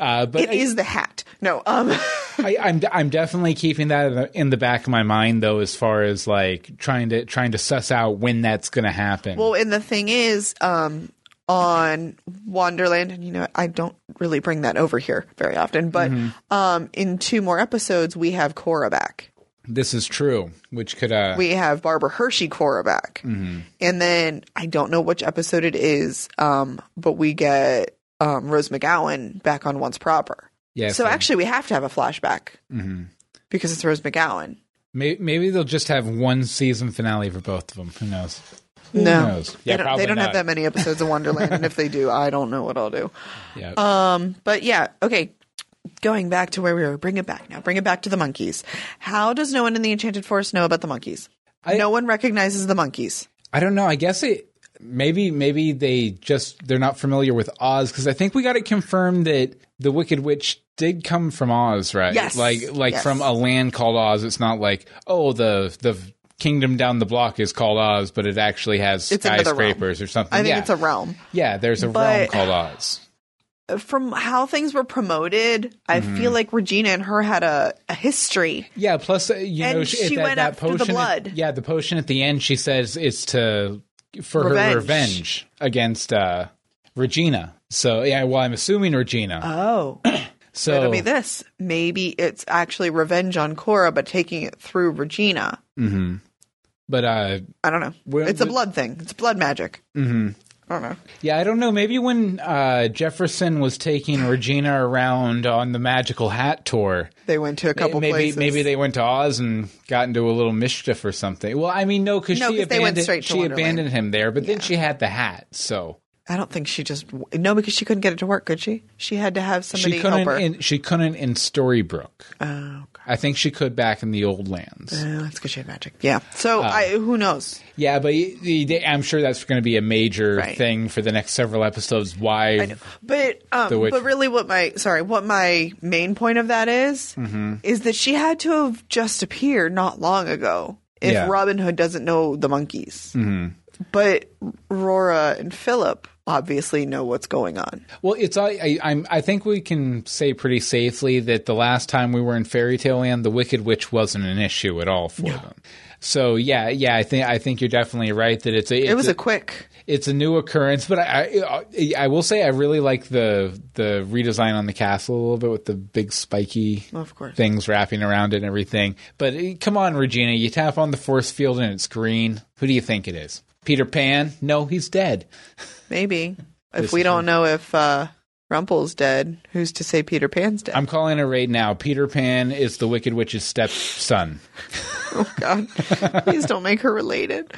Speaker 1: Uh, but
Speaker 4: It
Speaker 1: I-
Speaker 4: is the hat. No, um,
Speaker 1: I, I'm I'm definitely keeping that in the, in the back of my mind though, as far as like trying to trying to suss out when that's going to happen.
Speaker 4: well, and the thing is, um, on Wonderland, and you know, I don't really bring that over here very often, but
Speaker 1: Mm-hmm.
Speaker 4: um, in two more episodes, we have Cora back.
Speaker 1: this is true, which could uh,
Speaker 4: we have Barbara Hershey Cora back.
Speaker 1: Mm-hmm.
Speaker 4: And then I don't know which episode it is, um, but we get um, Rose McGowan back on Once Proper.
Speaker 1: yeah. Mm-hmm.
Speaker 4: so actually, we have to have a flashback because it's Rose McGowan.
Speaker 1: May- Maybe they'll just have one season finale for both of them. Who knows?
Speaker 4: No,
Speaker 1: knows?
Speaker 4: they
Speaker 1: Yeah,
Speaker 4: don't,
Speaker 1: probably
Speaker 4: they don't
Speaker 1: not.
Speaker 4: have that many episodes of Wonderland, and if they do, I don't know what I'll do.
Speaker 1: Yeah.
Speaker 4: Uh, But yeah, okay. Going back to where we were, bring it back now. Bring it back to the monkeys. How does no one in the Enchanted Forest know about the monkeys?
Speaker 1: I-
Speaker 4: no one recognizes the monkeys.
Speaker 1: I don't know. I guess it. Maybe maybe they just they're not familiar with Oz because I think we got it confirmed that the Wicked Witch did come from Oz, right?
Speaker 4: Yes.
Speaker 1: Like like
Speaker 4: Yes.
Speaker 1: from a land called Oz. It's not like oh the the kingdom down the block is called Oz, but it actually has
Speaker 4: It's another realm.
Speaker 1: skyscrapers or something.
Speaker 4: I think
Speaker 1: yeah.
Speaker 4: it's a realm.
Speaker 1: yeah. There's a realm
Speaker 4: but-
Speaker 1: called Oz.
Speaker 4: from how things were promoted, I
Speaker 1: Mm-hmm.
Speaker 4: feel like Regina and her had a, a history.
Speaker 1: Yeah. Plus, uh, you know,
Speaker 4: And
Speaker 1: at
Speaker 4: she
Speaker 1: that,
Speaker 4: went
Speaker 1: that
Speaker 4: after the
Speaker 1: potion. at-
Speaker 4: blood.
Speaker 1: yeah, the potion at the end. She says it's to for
Speaker 4: Revenge.
Speaker 1: her revenge against uh, Regina. So yeah, well, I'm assuming Regina.
Speaker 4: Oh,
Speaker 1: so
Speaker 4: it'll be this. Maybe it's actually revenge on Cora, but taking it through Regina.
Speaker 1: But uh,
Speaker 4: I don't know.
Speaker 1: Well,
Speaker 4: it's a
Speaker 1: but-
Speaker 4: blood thing. It's blood magic. Mm-hmm. I don't know.
Speaker 1: yeah, I don't know. Maybe when uh, Jefferson was taking Regina around on the Magical Hat tour,
Speaker 4: They went to a couple
Speaker 1: maybe
Speaker 4: places.
Speaker 1: maybe they went to Oz and got into a little mischief or something. Well, I mean, no, because
Speaker 4: No,
Speaker 1: she
Speaker 4: 'cause
Speaker 1: abandoned
Speaker 4: they went straight to
Speaker 1: she
Speaker 4: Wonderland.
Speaker 1: abandoned him there, but then she had the hat, so
Speaker 4: I don't think she just no because she couldn't get it to work. Could she? She had to have somebody
Speaker 1: she
Speaker 4: help
Speaker 1: couldn't.
Speaker 4: her.
Speaker 1: In, she couldn't in Storybrooke.
Speaker 4: oh, God.
Speaker 1: I think she could back in the old lands.
Speaker 4: Oh, that's because she had magic. Yeah.
Speaker 1: Ah.
Speaker 4: So I who knows?
Speaker 1: Yeah, but y- y- they- I'm sure that's going to be a major
Speaker 4: Right.
Speaker 1: thing for the next several episodes. Why?
Speaker 4: But um,
Speaker 1: The witch-
Speaker 4: but really, what my sorry, what my main point of that is,
Speaker 1: Mm-hmm.
Speaker 4: is that she had to have just appeared not long ago. If
Speaker 1: Yeah. Mm-hmm.
Speaker 4: Robin Hood doesn't know the monkeys, but Rora and Philip obviously know what's going on.
Speaker 1: Well, it's I, I I'm I think we can say pretty safely that the last time we were in Fairy Tale Land, the Wicked Witch wasn't an issue at all for them. So yeah, yeah, I think I think you're definitely right that it's a it's
Speaker 4: It was a quick.
Speaker 1: it's a new occurrence, but I, I I will say I really like the the redesign on the castle a little bit with the big spiky
Speaker 4: Of course.
Speaker 1: things wrapping around it and everything. But eh, come on, Regina, you tap on the force field and it's green. Who do you think it is? Peter Pan? No, he's dead.
Speaker 4: Maybe if we don't know if uh, Rumple's dead, who's to say Peter Pan's dead?
Speaker 1: I'm calling it right now. Peter Pan is the Wicked Witch's stepson.
Speaker 4: oh God, please don't make her related.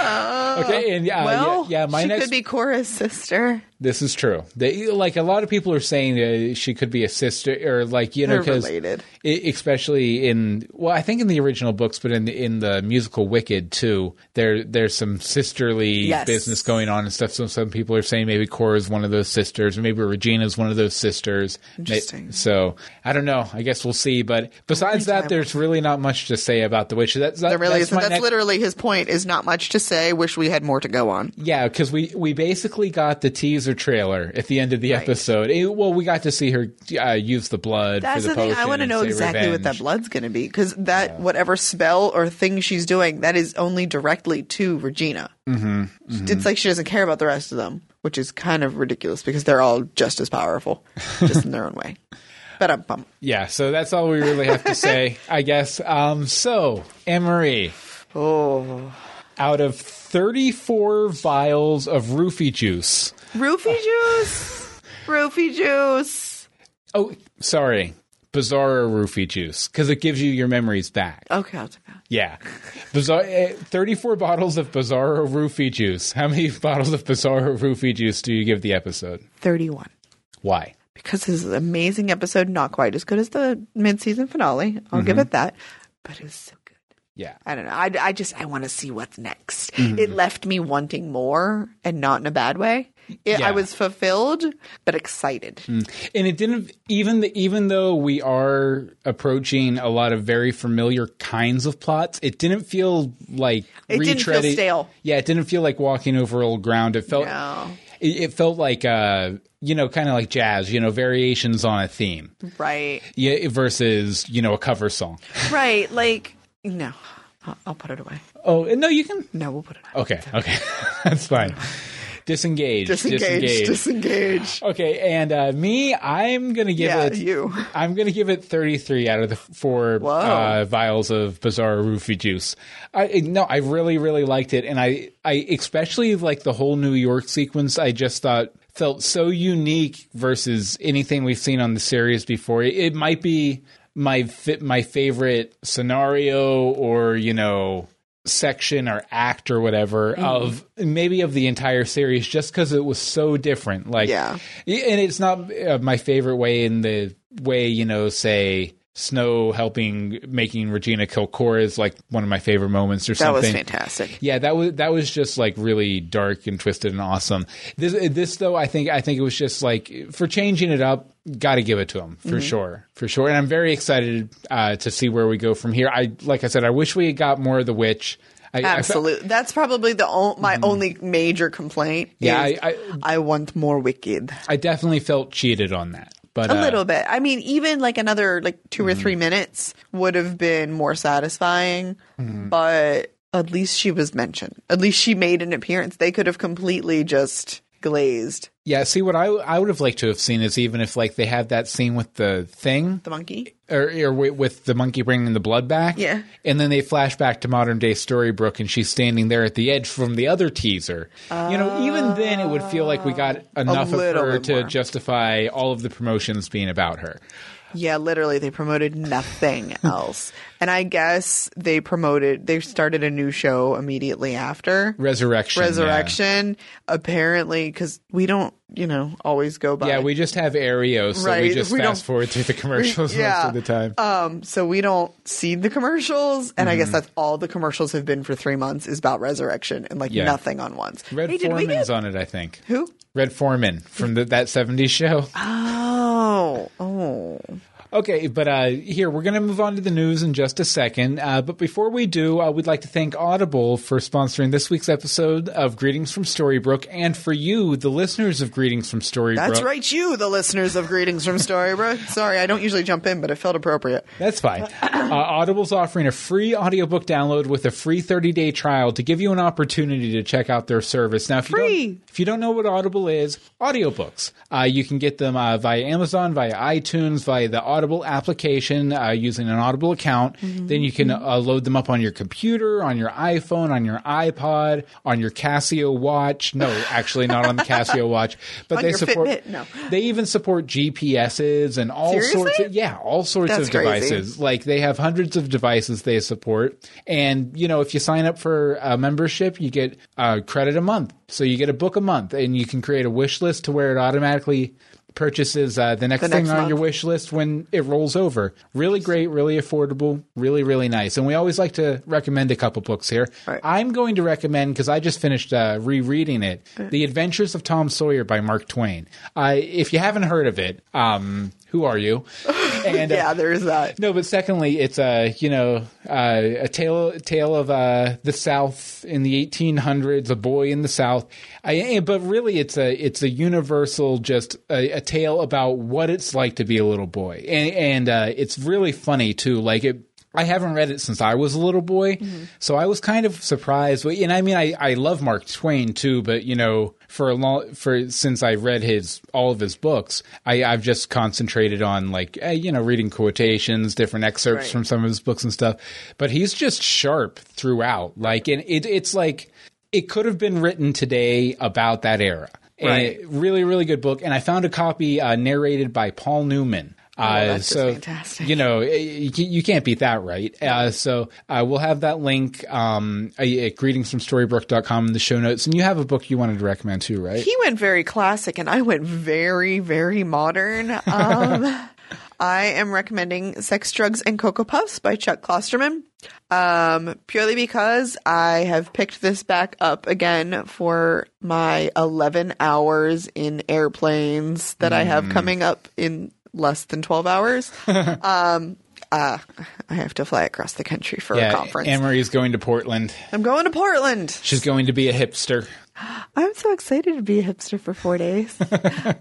Speaker 1: Okay, and uh, yeah,
Speaker 4: well,
Speaker 1: yeah, yeah, my
Speaker 4: she
Speaker 1: next.
Speaker 4: could be Cora's sister.
Speaker 1: this is true. They, like a lot of people are saying, uh, she could be a sister, or like you know,
Speaker 4: They're
Speaker 1: because
Speaker 4: related.
Speaker 1: especially in well, I think in the original books, but in the, in the musical Wicked too, there there's some sisterly
Speaker 4: Yes.
Speaker 1: business going on and stuff. So some people are saying maybe Cora is one of those sisters, or maybe Regina is one of those sisters. Ma-
Speaker 4: Interesting.
Speaker 1: So I don't know. I guess we'll see. But besides that, there's really not much to say about the witch. That's that,
Speaker 4: There really
Speaker 1: that's
Speaker 4: isn't.
Speaker 1: my
Speaker 4: That's
Speaker 1: next-
Speaker 4: literally his point. Is not much to say. Wish we had more to go on.
Speaker 1: Yeah, because we, we basically got the teaser trailer at the end of the episode. Eh, well, we got to see her uh, use the blood.
Speaker 4: That's
Speaker 1: for the,
Speaker 4: the thing. I
Speaker 1: potion
Speaker 4: want to
Speaker 1: and
Speaker 4: know
Speaker 1: say
Speaker 4: exactly what
Speaker 1: revenge.
Speaker 4: that blood's going to be because that whatever spell or thing she's doing that is only directly to Regina. Mm-hmm. It's like she doesn't care about the rest of them, which is kind of ridiculous because they're all just as powerful, just in their own way. But I'm bummed.
Speaker 1: Yeah, so that's all we really have to say, I guess. Um, so, Emery,
Speaker 4: Oh,
Speaker 1: out of 34 vials of roofie juice.
Speaker 4: roofie juice, roofie juice.
Speaker 1: Oh, sorry. Bizarro Roofy Juice because it gives you your memories back.
Speaker 4: Okay, I'll take that.
Speaker 1: Yeah. Bizarre, eh, 34 bottles of Bizarro Roofy Juice. How many bottles of Bizarro Roofy Juice do you give the episode?
Speaker 4: 31.
Speaker 1: Why?
Speaker 4: Because this is an amazing episode, not quite as good as the mid season finale. I'll give
Speaker 1: Mm-hmm.
Speaker 4: it that. But it was so good.
Speaker 1: Yeah.
Speaker 4: I don't know. I, I just, I want to see what's next.
Speaker 1: Mm-hmm.
Speaker 4: It left me wanting more and not in a bad way. It,
Speaker 1: Yeah. Mm.
Speaker 4: I was fulfilled, but excited.
Speaker 1: and it didn't even the, even though we are approaching a lot of very familiar kinds of plots it didn't feel like
Speaker 4: It didn't feel
Speaker 1: retreading-
Speaker 4: stale.
Speaker 1: yeah it didn't feel like walking over old ground it felt
Speaker 4: No.
Speaker 1: it, it felt like uh you know kind of like jazz you know variations on a theme
Speaker 4: Right.
Speaker 1: yeah versus you know a cover song
Speaker 4: Right. Like, no, I'll, I'll put it away.
Speaker 1: oh and no you can
Speaker 4: No, we'll put it away.
Speaker 1: okay okay that's fine disengage
Speaker 4: Disengage. Disengage.
Speaker 1: Okay, and uh, me, I'm gonna give
Speaker 4: Yeah,
Speaker 1: it.
Speaker 4: you.
Speaker 1: I'm gonna give it 33 out of the four
Speaker 4: Whoa.
Speaker 1: uh, vials of Bizarro Roofy juice. I no, I really, really liked it, and I, I especially like the whole New York sequence. I just thought felt so unique versus anything we've seen on the series before. It, it might be my fi- my favorite scenario, or you know section or act or whatever
Speaker 4: Mm-hmm.
Speaker 1: of maybe of the entire series just because it was so different like
Speaker 4: Yeah.
Speaker 1: y- and it's not uh, my favorite way in the way you know say snow helping making regina kill cora is like one of my favorite moments or
Speaker 4: That was
Speaker 1: something
Speaker 4: fantastic.
Speaker 1: yeah that was that was just like really dark and twisted and awesome this this though i think i think it was just like for changing it up gotta give it to him
Speaker 4: Mm-hmm.
Speaker 1: for sure for sure and i'm very excited uh to see where we go from here i like i said i wish we had got more of the witch I, I fe-
Speaker 4: Absolutely. That's probably the o- my only major complaint.
Speaker 1: Yeah,
Speaker 4: is
Speaker 1: I-
Speaker 4: want more wicked.
Speaker 1: I, definitely felt cheated on that but
Speaker 4: A
Speaker 1: uh,
Speaker 4: little bit. I mean, even like another like 2 or
Speaker 1: Mm-hmm.
Speaker 4: three minutes would have been more satisfying.
Speaker 1: Mm-hmm.
Speaker 4: But at least she was mentioned. At least she made an appearance. They could have completely just glazed
Speaker 1: yeah see what i i would have liked to have seen is even if like they had that scene with the thing
Speaker 4: the monkey.
Speaker 1: or, or wi- with the monkey bringing the blood back.
Speaker 4: Yeah.
Speaker 1: And then they flash back to modern day Storybrooke, and she's standing there at the edge from the other teaser. you know, even then, it would feel like we got
Speaker 4: Ah.
Speaker 1: enough of
Speaker 4: little
Speaker 1: her
Speaker 4: bit
Speaker 1: to
Speaker 4: more.
Speaker 1: justify all of the promotions being about her.
Speaker 4: Yeah, literally, they promoted nothing else. And I guess they promoted, they started a new show immediately after.
Speaker 1: Resurrection. yeah.
Speaker 4: Resurrection, apparently, because we don't, you know, always go by.
Speaker 1: Yeah, we just have Aereo, so we
Speaker 4: Right,
Speaker 1: just
Speaker 4: we
Speaker 1: fast
Speaker 4: don't-
Speaker 1: forward through the commercials most
Speaker 4: yeah.
Speaker 1: of the time.
Speaker 4: um, so we don't see the commercials, and I
Speaker 1: Mm-hmm.
Speaker 4: guess that's all the commercials have been for three months is about resurrection and like
Speaker 1: Yeah.
Speaker 4: nothing on ones.
Speaker 1: Red
Speaker 4: Hey, did we
Speaker 1: Foreman's
Speaker 4: get-
Speaker 1: on it, I think.
Speaker 4: who?
Speaker 1: Red Foreman from the, that 70s show.
Speaker 4: Oh, oh,
Speaker 1: Okay, but uh, here we're going to move on to the news in just a second. Uh, but before we do, uh, we'd like to thank Audible for sponsoring this week's episode of Greetings from Storybrooke, and for you, the listeners of Greetings from Storybrooke.
Speaker 4: that's right, you, the listeners of Greetings from Storybro. Sorry, I don't usually jump in, but it felt appropriate.
Speaker 1: That's fine. Uh, Audible's offering a free audiobook download with a free 30-day trial to give you an opportunity to check out their service. Now, if you
Speaker 4: Free.
Speaker 1: don't, if you don't know what Audible is, audiobooks. Uh, you can get them uh, via Amazon, via iTunes, via the Audible application uh, using an Audible account.
Speaker 4: Mm-hmm.
Speaker 1: Then you can uh, load them up on your computer, on your iPhone, on your iPod, on your Casio watch. No, actually, not on the Casio watch, but
Speaker 4: On
Speaker 1: they
Speaker 4: your
Speaker 1: support.
Speaker 4: Fitbit? No.
Speaker 1: They even support GPSs and all sorts. Of,
Speaker 4: Seriously?
Speaker 1: yeah, all sorts
Speaker 4: That's
Speaker 1: of
Speaker 4: crazy.
Speaker 1: devices. Like they have hundreds of devices they support, and you know if you sign up for a membership, you get uh, credit a month, so you get a book a month, and you can create a wish list to where it automatically purchases uh, the next
Speaker 4: The
Speaker 1: thing
Speaker 4: next
Speaker 1: on
Speaker 4: month.
Speaker 1: your wish list when it rolls over. Really great, really affordable, really really nice. And we always like to recommend a couple books here.
Speaker 4: Right.
Speaker 1: I'm going to recommend because I just finished uh, rereading it, "The Adventures of Tom Sawyer" by Mark Twain. I, if you haven't heard of it, um, who are you? And uh,
Speaker 4: Yeah, there's that.
Speaker 1: no, but secondly, it's a you know uh, a tale tale of uh, the South in the 1800s, a boy in the South. I, eh, but really, it's a it's a universal just a, a tale about what it's like to be a little boy, and, and uh, it's really funny too. Like it. I haven't read it since I was a little boy,
Speaker 4: Mm-hmm.
Speaker 1: so I was kind of surprised. But- And I mean, I, I love Mark Twain too, but you know, for a long for since I read his all of his books, I, I've just concentrated on like eh, you know reading quotations, different excerpts
Speaker 4: Right.
Speaker 1: from some of his books and stuff. But he's just sharp throughout. Like, and it, it's like it could have been written today about that era. And
Speaker 4: Right.
Speaker 1: it- really, really good book. And I found a copy uh, narrated by Paul Newman.
Speaker 4: Oh, that's
Speaker 1: Uh,
Speaker 4: just
Speaker 1: so
Speaker 4: fantastic.
Speaker 1: you know y- y- you can't beat that, right? Uh, so uh, we'll have that link um, uh, at greetingsfromstorybrooke.com in the show notes. And you have a book you wanted to recommend too, right?
Speaker 4: He went very classic, and I went very, very modern. Um, I am recommending Sex, Drugs, and Cocoa Puffs by Chuck Klosterman, um, purely because I have picked this back up again for my 11 hours in airplanes that I have coming up in less than 12 hours. um, uh, I have to fly across the country for a
Speaker 1: yeah,
Speaker 4: conference.
Speaker 1: Anne Marie's going to Portland.
Speaker 4: I'm going to Portland.
Speaker 1: She's going to be a hipster.
Speaker 4: I'm so excited to be a hipster for four days.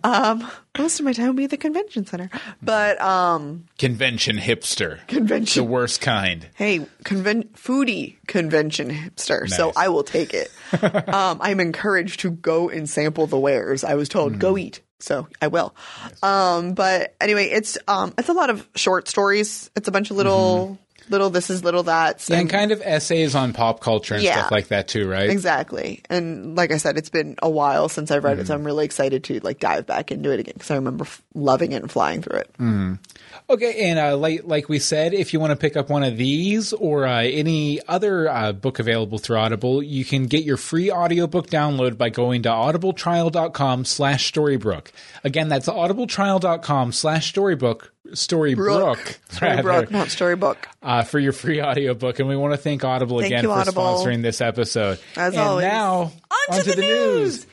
Speaker 4: um, most of my time will be at the convention center, but um,
Speaker 1: Convention hipster. The
Speaker 4: convention.
Speaker 1: worst kind.
Speaker 4: hey, conven- foodie convention hipster. So
Speaker 1: Nice.
Speaker 4: I will take it. um, I'm encouraged to go and sample the wares. I was told go eat, so I will. Um, but anyway, it's um, it's a lot of short stories. It's a bunch of little little this is little that's
Speaker 1: And kind of essays on pop culture and
Speaker 4: Yeah.
Speaker 1: stuff like that too, right?
Speaker 4: Exactly. And like I said, it's been a while since I've read it, so I'm really excited to like dive back into it again because I remember f- loving it and flying through it.
Speaker 1: Okay, and uh, like like we said, if you want to pick up one of these or uh, any other uh, book available through Audible, you can get your free audiobook download by going to audibletrial.com slash storybrook. Again, that's audibletrial.com slash storybrook, storybrook, rather,
Speaker 4: Storybrook, not storybook.
Speaker 1: uh, for your free audiobook. And we want to thank Audible
Speaker 4: Thank
Speaker 1: again
Speaker 4: you,
Speaker 1: for
Speaker 4: Audible.
Speaker 1: sponsoring this episode.
Speaker 4: As
Speaker 1: and
Speaker 4: always.
Speaker 1: now,
Speaker 4: On to the news.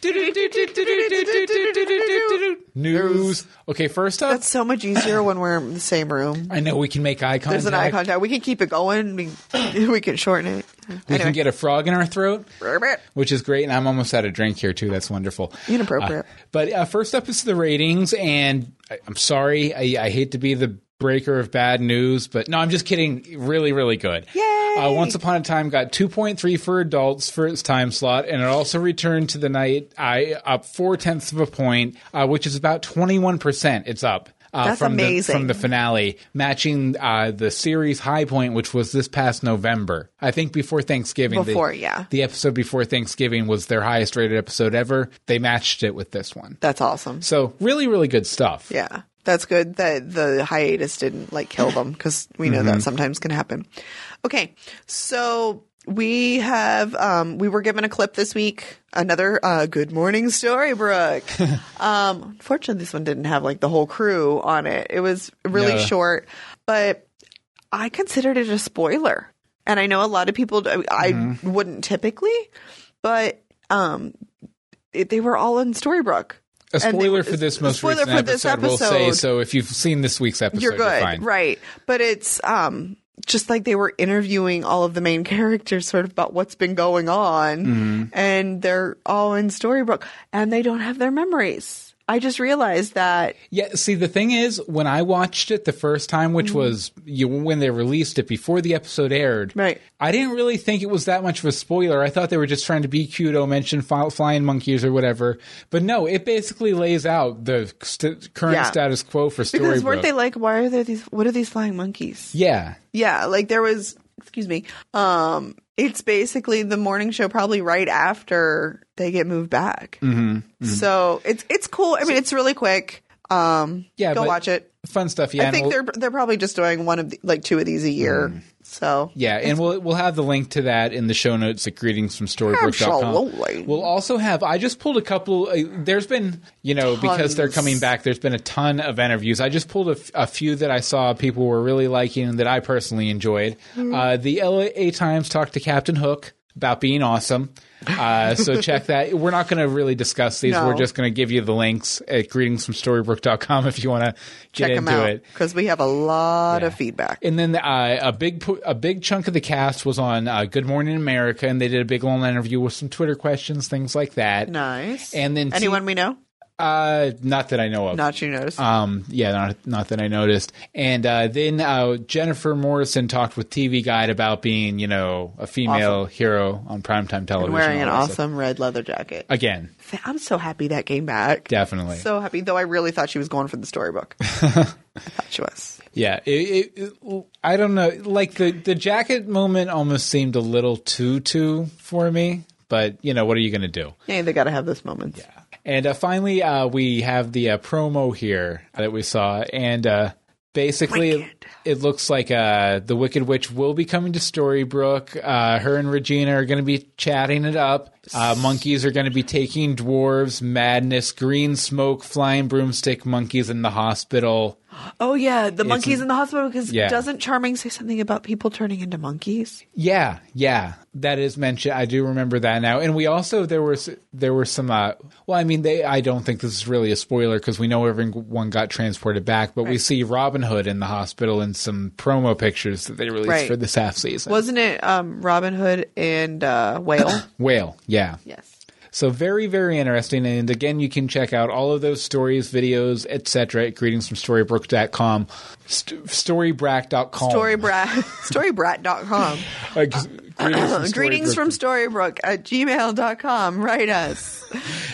Speaker 1: news. News. Okay, first up.
Speaker 4: That's so much easier when we're in the same room.
Speaker 1: I know we can make eye contact.
Speaker 4: There's an eye contact. We can keep it going. We, we can shorten it.
Speaker 1: We can get a frog in our throat,
Speaker 4: Ribbit.
Speaker 1: which is great. And I'm almost out of drink here too. That's wonderful.
Speaker 4: Inappropriate.
Speaker 1: Uh, but uh, first up is the ratings, and I, I'm sorry, I, I hate to be the breaker of bad news, but no, I'm just kidding. Really, really good.
Speaker 4: Yay!
Speaker 1: Uh, Once Upon a Time got 2.3 for adults for its time slot, and it also returned to the night I up four tenths of a point, uh, which is about 21 percent. It's up. Uh,
Speaker 4: That's
Speaker 1: from
Speaker 4: amazing.
Speaker 1: The, from the finale, matching uh, the series high point, which was this past November. I think before Thanksgiving. they-
Speaker 4: Before, yeah.
Speaker 1: The episode before Thanksgiving was their highest rated episode ever. They matched it with this one.
Speaker 4: That's awesome.
Speaker 1: So really, really good stuff.
Speaker 4: Yeah, that's good that the hiatus didn't like kill them because we know
Speaker 1: Mm-hmm.
Speaker 4: that sometimes can happen. Okay, so we have um, we were given a clip this week. Another uh, Good Morning Storybrooke. um, unfortunately, this one didn't have like the whole crew on it. It was really
Speaker 1: Yeah.
Speaker 4: short, but I considered it a spoiler, and I know a lot of people. I, I
Speaker 1: Mm-hmm.
Speaker 4: wouldn't typically, but um, it, they were all in Storybrooke.
Speaker 1: A
Speaker 4: And they-
Speaker 1: spoiler for this most
Speaker 4: spoiler
Speaker 1: recent
Speaker 4: for this
Speaker 1: episode, we'll say.
Speaker 4: episode.
Speaker 1: So if you've seen this week's episode,
Speaker 4: you're good,
Speaker 1: fine.
Speaker 4: right? But it's um just like they were interviewing all of the main characters, sort of about what's been going on,
Speaker 1: Mm-hmm.
Speaker 4: and they're all in Storybrooke, and they don't have their memories. I just realized that
Speaker 1: Yeah, see, the thing is, when I watched it the first time,
Speaker 4: Mm.
Speaker 1: which was you, when they released it before the episode aired,
Speaker 4: Right.
Speaker 1: I didn't really think it was that much of a spoiler. I thought they were just trying to be cute, oh, mention fi- flying monkeys or whatever. But no, it basically lays out the st- current
Speaker 4: Yeah.
Speaker 1: status quo for Storybrooke.
Speaker 4: because weren't they like, why are there these? What are these flying monkeys?
Speaker 1: yeah,
Speaker 4: Yeah, like there was. Excuse me. Um, it's basically the morning show, probably right after they get moved back. So it's it's cool. I mean, it's really quick. Um,
Speaker 1: Yeah,
Speaker 4: go
Speaker 1: but-
Speaker 4: watch it.
Speaker 1: fun stuff. Yeah,
Speaker 4: I
Speaker 1: and
Speaker 4: think
Speaker 1: we'll-
Speaker 4: they're they're probably just doing one of the, like two of these a year. So
Speaker 1: Yeah, and we'll we'll have the link to that in the show notes at
Speaker 4: Absolutely.
Speaker 1: greetingsfromstorybrooke.com. We'll also have I just pulled a couple uh, there's been, you know, because they're
Speaker 4: Tons.
Speaker 1: coming back, there's been a ton of interviews. I just pulled a, f- a few that I saw people were really liking and that I personally enjoyed.
Speaker 4: Mm-hmm.
Speaker 1: Uh, the LA Times talked to Captain Hook about being awesome. Uh, so check that. We're not going to really discuss these.
Speaker 4: No.
Speaker 1: We're just going to give you the links at greetingsfromstorybrooke.com if you want to get
Speaker 4: check them
Speaker 1: into
Speaker 4: out
Speaker 1: it.
Speaker 4: because we have a lot of feedback.
Speaker 1: And then uh, a big po- a big chunk of the cast was on uh, Good Morning America, and they did a big long interview with some Twitter questions, things like that.
Speaker 4: nice.
Speaker 1: And then
Speaker 4: anyone we know?
Speaker 1: uh, not that I know of.
Speaker 4: Not you noticed.
Speaker 1: um, yeah, not, not that I noticed. And uh, then uh, Jennifer Morrison talked with TV Guide about being, you know, a female hero on primetime television.
Speaker 4: I'm wearing an
Speaker 1: all that stuff.
Speaker 4: awesome red leather jacket.
Speaker 1: again,
Speaker 4: I'm so happy that came back.
Speaker 1: definitely.
Speaker 4: So happy, though. I really thought she was going for the storybook. I thought she was.
Speaker 1: Yeah, it, it, it- I don't know. Like the the jacket moment almost seemed a little too too for me. But you know, what are you going to do?
Speaker 4: Yeah, they got to have those moments.
Speaker 1: And uh, finally, uh, we have the uh, promo here that we saw, and uh, Basically, it,
Speaker 4: Wicked.
Speaker 1: it looks like uh, the Wicked Witch will be coming to Storybrooke. Uh, her and Regina are going to be chatting it up. Uh, monkeys are going to be taking dwarves, madness, green smoke, flying broomstick monkeys in the hospital.
Speaker 4: Oh yeah, the monkeys in the hospital. Because
Speaker 1: Yeah.
Speaker 4: doesn't Charming say something about people turning into monkeys?
Speaker 1: Yeah, yeah, that is mentioned. I do remember that now. And we also there was there were some. Uh, well, I mean, they. I don't think this is really a spoiler because we know everyone got transported back, but we see Robin Hood in the hospital in some promo pictures that they released
Speaker 4: Right.
Speaker 1: for this half season.
Speaker 4: Wasn't it um, Robin Hood and uh, Whale?
Speaker 1: Whale, yeah.
Speaker 4: yes.
Speaker 1: So very, very interesting. And again, you can check out all of those stories, videos, etc. at greetingsfromstorybrooke.com, st- storybrack.com.
Speaker 4: Storybrat, storybrat.com.
Speaker 1: Uh, greetings from Storybrooke.
Speaker 4: Greetings from Storybrooke at gmail.com. Write us.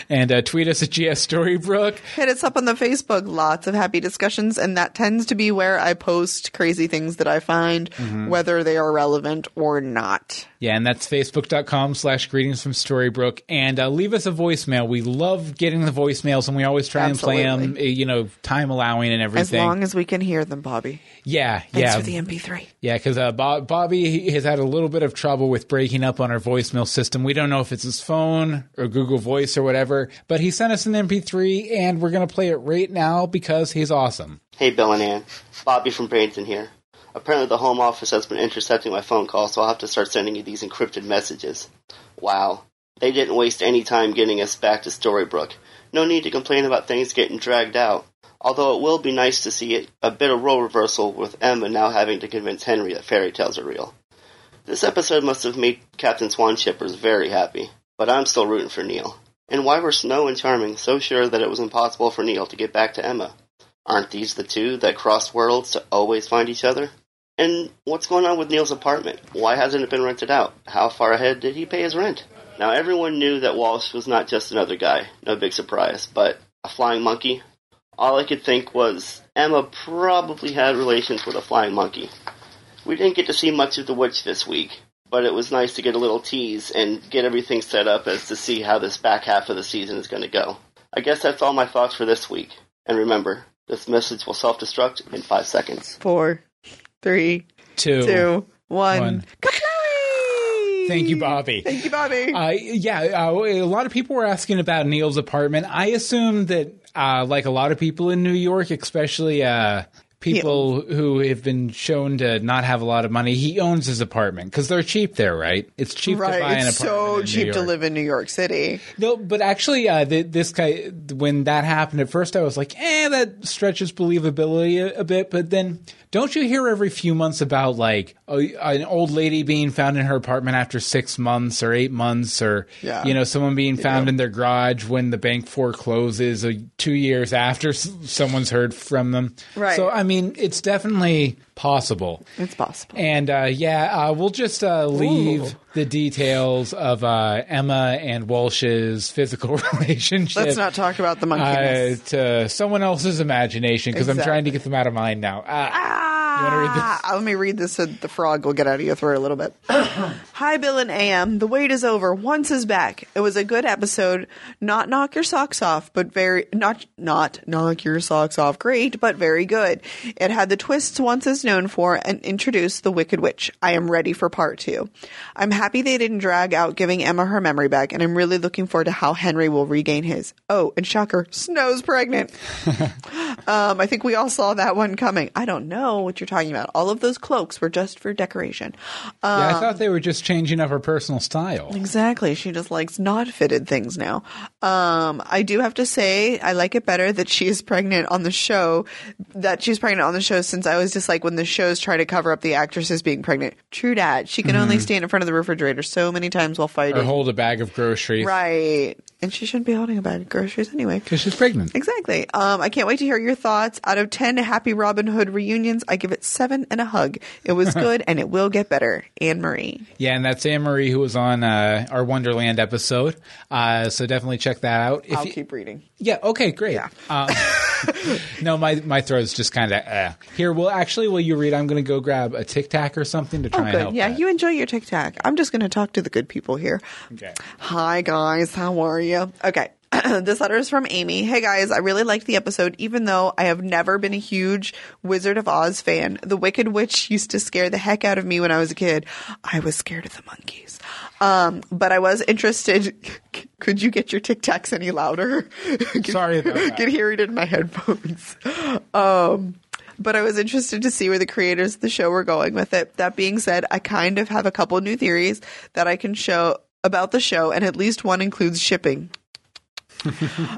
Speaker 1: and uh, tweet us at GS Storybrooke.
Speaker 4: Hit us up on the Facebook. Lots of happy discussions. And that tends to be where I post crazy things that I find,
Speaker 1: Mm-hmm.
Speaker 4: whether they are relevant or not.
Speaker 1: Yeah, and that's facebook.com slash greetings from Storybrooke. And uh, leave us a voicemail. We love getting the voicemails, and we always try and play
Speaker 4: Absolutely.
Speaker 1: them, you know, time allowing and
Speaker 4: As
Speaker 1: everything.
Speaker 4: long as we can hear them, Bobby.
Speaker 1: yeah,
Speaker 4: Thanks
Speaker 1: yeah.
Speaker 4: for the MP3.
Speaker 1: yeah, because uh, Bob- Bobby he has had a little bit of trouble with breaking up on our voicemail system. We don't know if it's his phone or Google Voice or whatever, but he sent us an MP3, and we're going to play it right now because he's awesome.
Speaker 5: Hey, Bill and Ann. Bobby from Bradenton here. Apparently, the home office has been intercepting my phone calls, so I'll have to start sending you these encrypted messages. Wow. They didn't waste any time getting us back to Storybrooke. No need to complain about things getting dragged out. Although it will be nice to see it, a bit of role reversal with Emma now having to convince Henry that fairy tales are real. This episode must have made Captain Swan Shippers very happy, but I'm still rooting for Neil. And why were Snow and Charming so sure that it was impossible for Neil to get back to Emma? Aren't these the two that cross worlds to always find each other? And what's going on with Neil's apartment? Why hasn't it been rented out? How far ahead did he pay his rent? Now, everyone knew that Walsh was not just another guy, no big surprise, but a flying monkey? All I could think was Emma probably had relations with a flying monkey. We didn't get to see much of the witch this week, but it was nice to get a little tease and get everything set up as to see how this back half of the season is going to go. I guess that's all my thoughts for this week. And remember, this message will self destruct in five seconds.
Speaker 4: Four, three,
Speaker 1: Two.
Speaker 4: two, one.
Speaker 1: One.
Speaker 4: Kaplooey!
Speaker 1: Thank you, Bobby.
Speaker 4: Thank you, Bobby.
Speaker 1: Uh, yeah, uh, a lot of people were asking about Neil's apartment. I assume that, uh, like a lot of people in New York, especially uh, people who have been shown to not have a lot of money, he owns his apartment because they're cheap there, right? It's cheap to buy
Speaker 4: right.
Speaker 1: an apartment.
Speaker 4: It's so
Speaker 1: in New
Speaker 4: cheap to
Speaker 1: York.
Speaker 4: live in New York City.
Speaker 1: No, but actually, uh, th- this guy, when that happened at first, I was like, eh, that stretches believability a, a bit. But then, don't you hear every few months about like a, an old lady being found in her apartment after six months or eight months, or
Speaker 4: Yeah.
Speaker 1: you know, someone being found in their garage when the bank forecloses uh, two years after s- someone's heard from them?
Speaker 4: Right.
Speaker 1: So, I mean, it's definitely possible.
Speaker 4: It's possible.
Speaker 1: And uh, yeah, uh, we'll just uh, leave
Speaker 4: Ooh.
Speaker 1: the details of uh, Emma and Walsh's physical relationship.
Speaker 4: Let's not talk about the
Speaker 1: uh,
Speaker 4: monkeyness.
Speaker 1: to someone else's imagination because I'm trying to get them out of mine now. Uh,
Speaker 4: Ah,
Speaker 1: wanna read this?
Speaker 4: Let me read this so the frog will get out of your throat a little bit. Hi, Bill and AM. The wait is over. Once is back. It was a good episode. Not knock your socks off, but very not not knock your socks off. Great, but very good. It had the twists Once is known for and introduced the Wicked Witch. I am ready for part two. I'm happy they didn't drag out giving Emma her memory back, and I'm really looking forward to how Henry will regain his. Oh, and shocker, Snow's pregnant. Um, I think we all saw that one coming. I don't know what you're talking about. All of those cloaks were just for decoration. Um,
Speaker 1: yeah, I thought they were just changing up her personal style.
Speaker 4: Exactly. She just likes not fitted things now. Um, I do have to say, I like it better that she is pregnant on the show, that she's pregnant on the show since I always dislike when the shows try to cover up the actresses being pregnant. True dad. She can only stand in front of the refrigerator so many times while
Speaker 1: Or
Speaker 4: fighting.
Speaker 1: hold a bag of groceries
Speaker 4: right. And she shouldn't be holding a bag of groceries anyway.
Speaker 1: because she's pregnant.
Speaker 4: Exactly. Um, I can't wait to hear your thoughts. Out of 10 happy Robin Hood reunions, I give it seven and a hug. It was good and it will get better. Anne Marie.
Speaker 1: Yeah, and that's Anne Marie who was on uh, our Wonderland episode. Uh, so definitely check that out. If you-
Speaker 4: reading.
Speaker 1: Yeah. Okay. Great. Um, no, my my throat's just kind of uh. here. Well, actually, while you read, I'm going to go grab a Tic Tac or something to try
Speaker 4: Oh,
Speaker 1: and
Speaker 4: good.
Speaker 1: help.
Speaker 4: Yeah,
Speaker 1: that.
Speaker 4: you enjoy your Tic Tac. I'm just going to talk to the good people here.
Speaker 1: Okay.
Speaker 4: Hi, guys. How are you? Okay. this letter is from Amy. Hey guys, I really liked the episode, even though I have never been a huge Wizard of Oz fan. The Wicked Witch used to scare the heck out of me when I was a kid. I was scared of the monkeys. Um, but I was interested. Could you get your tic tacs any louder?
Speaker 1: Sorry about that.
Speaker 4: Can hear it in my headphones. Um, but I was interested to see where the creators of the show were going with it. That being said, I kind of have a couple new theories that I can show about the show, and at least one includes shipping.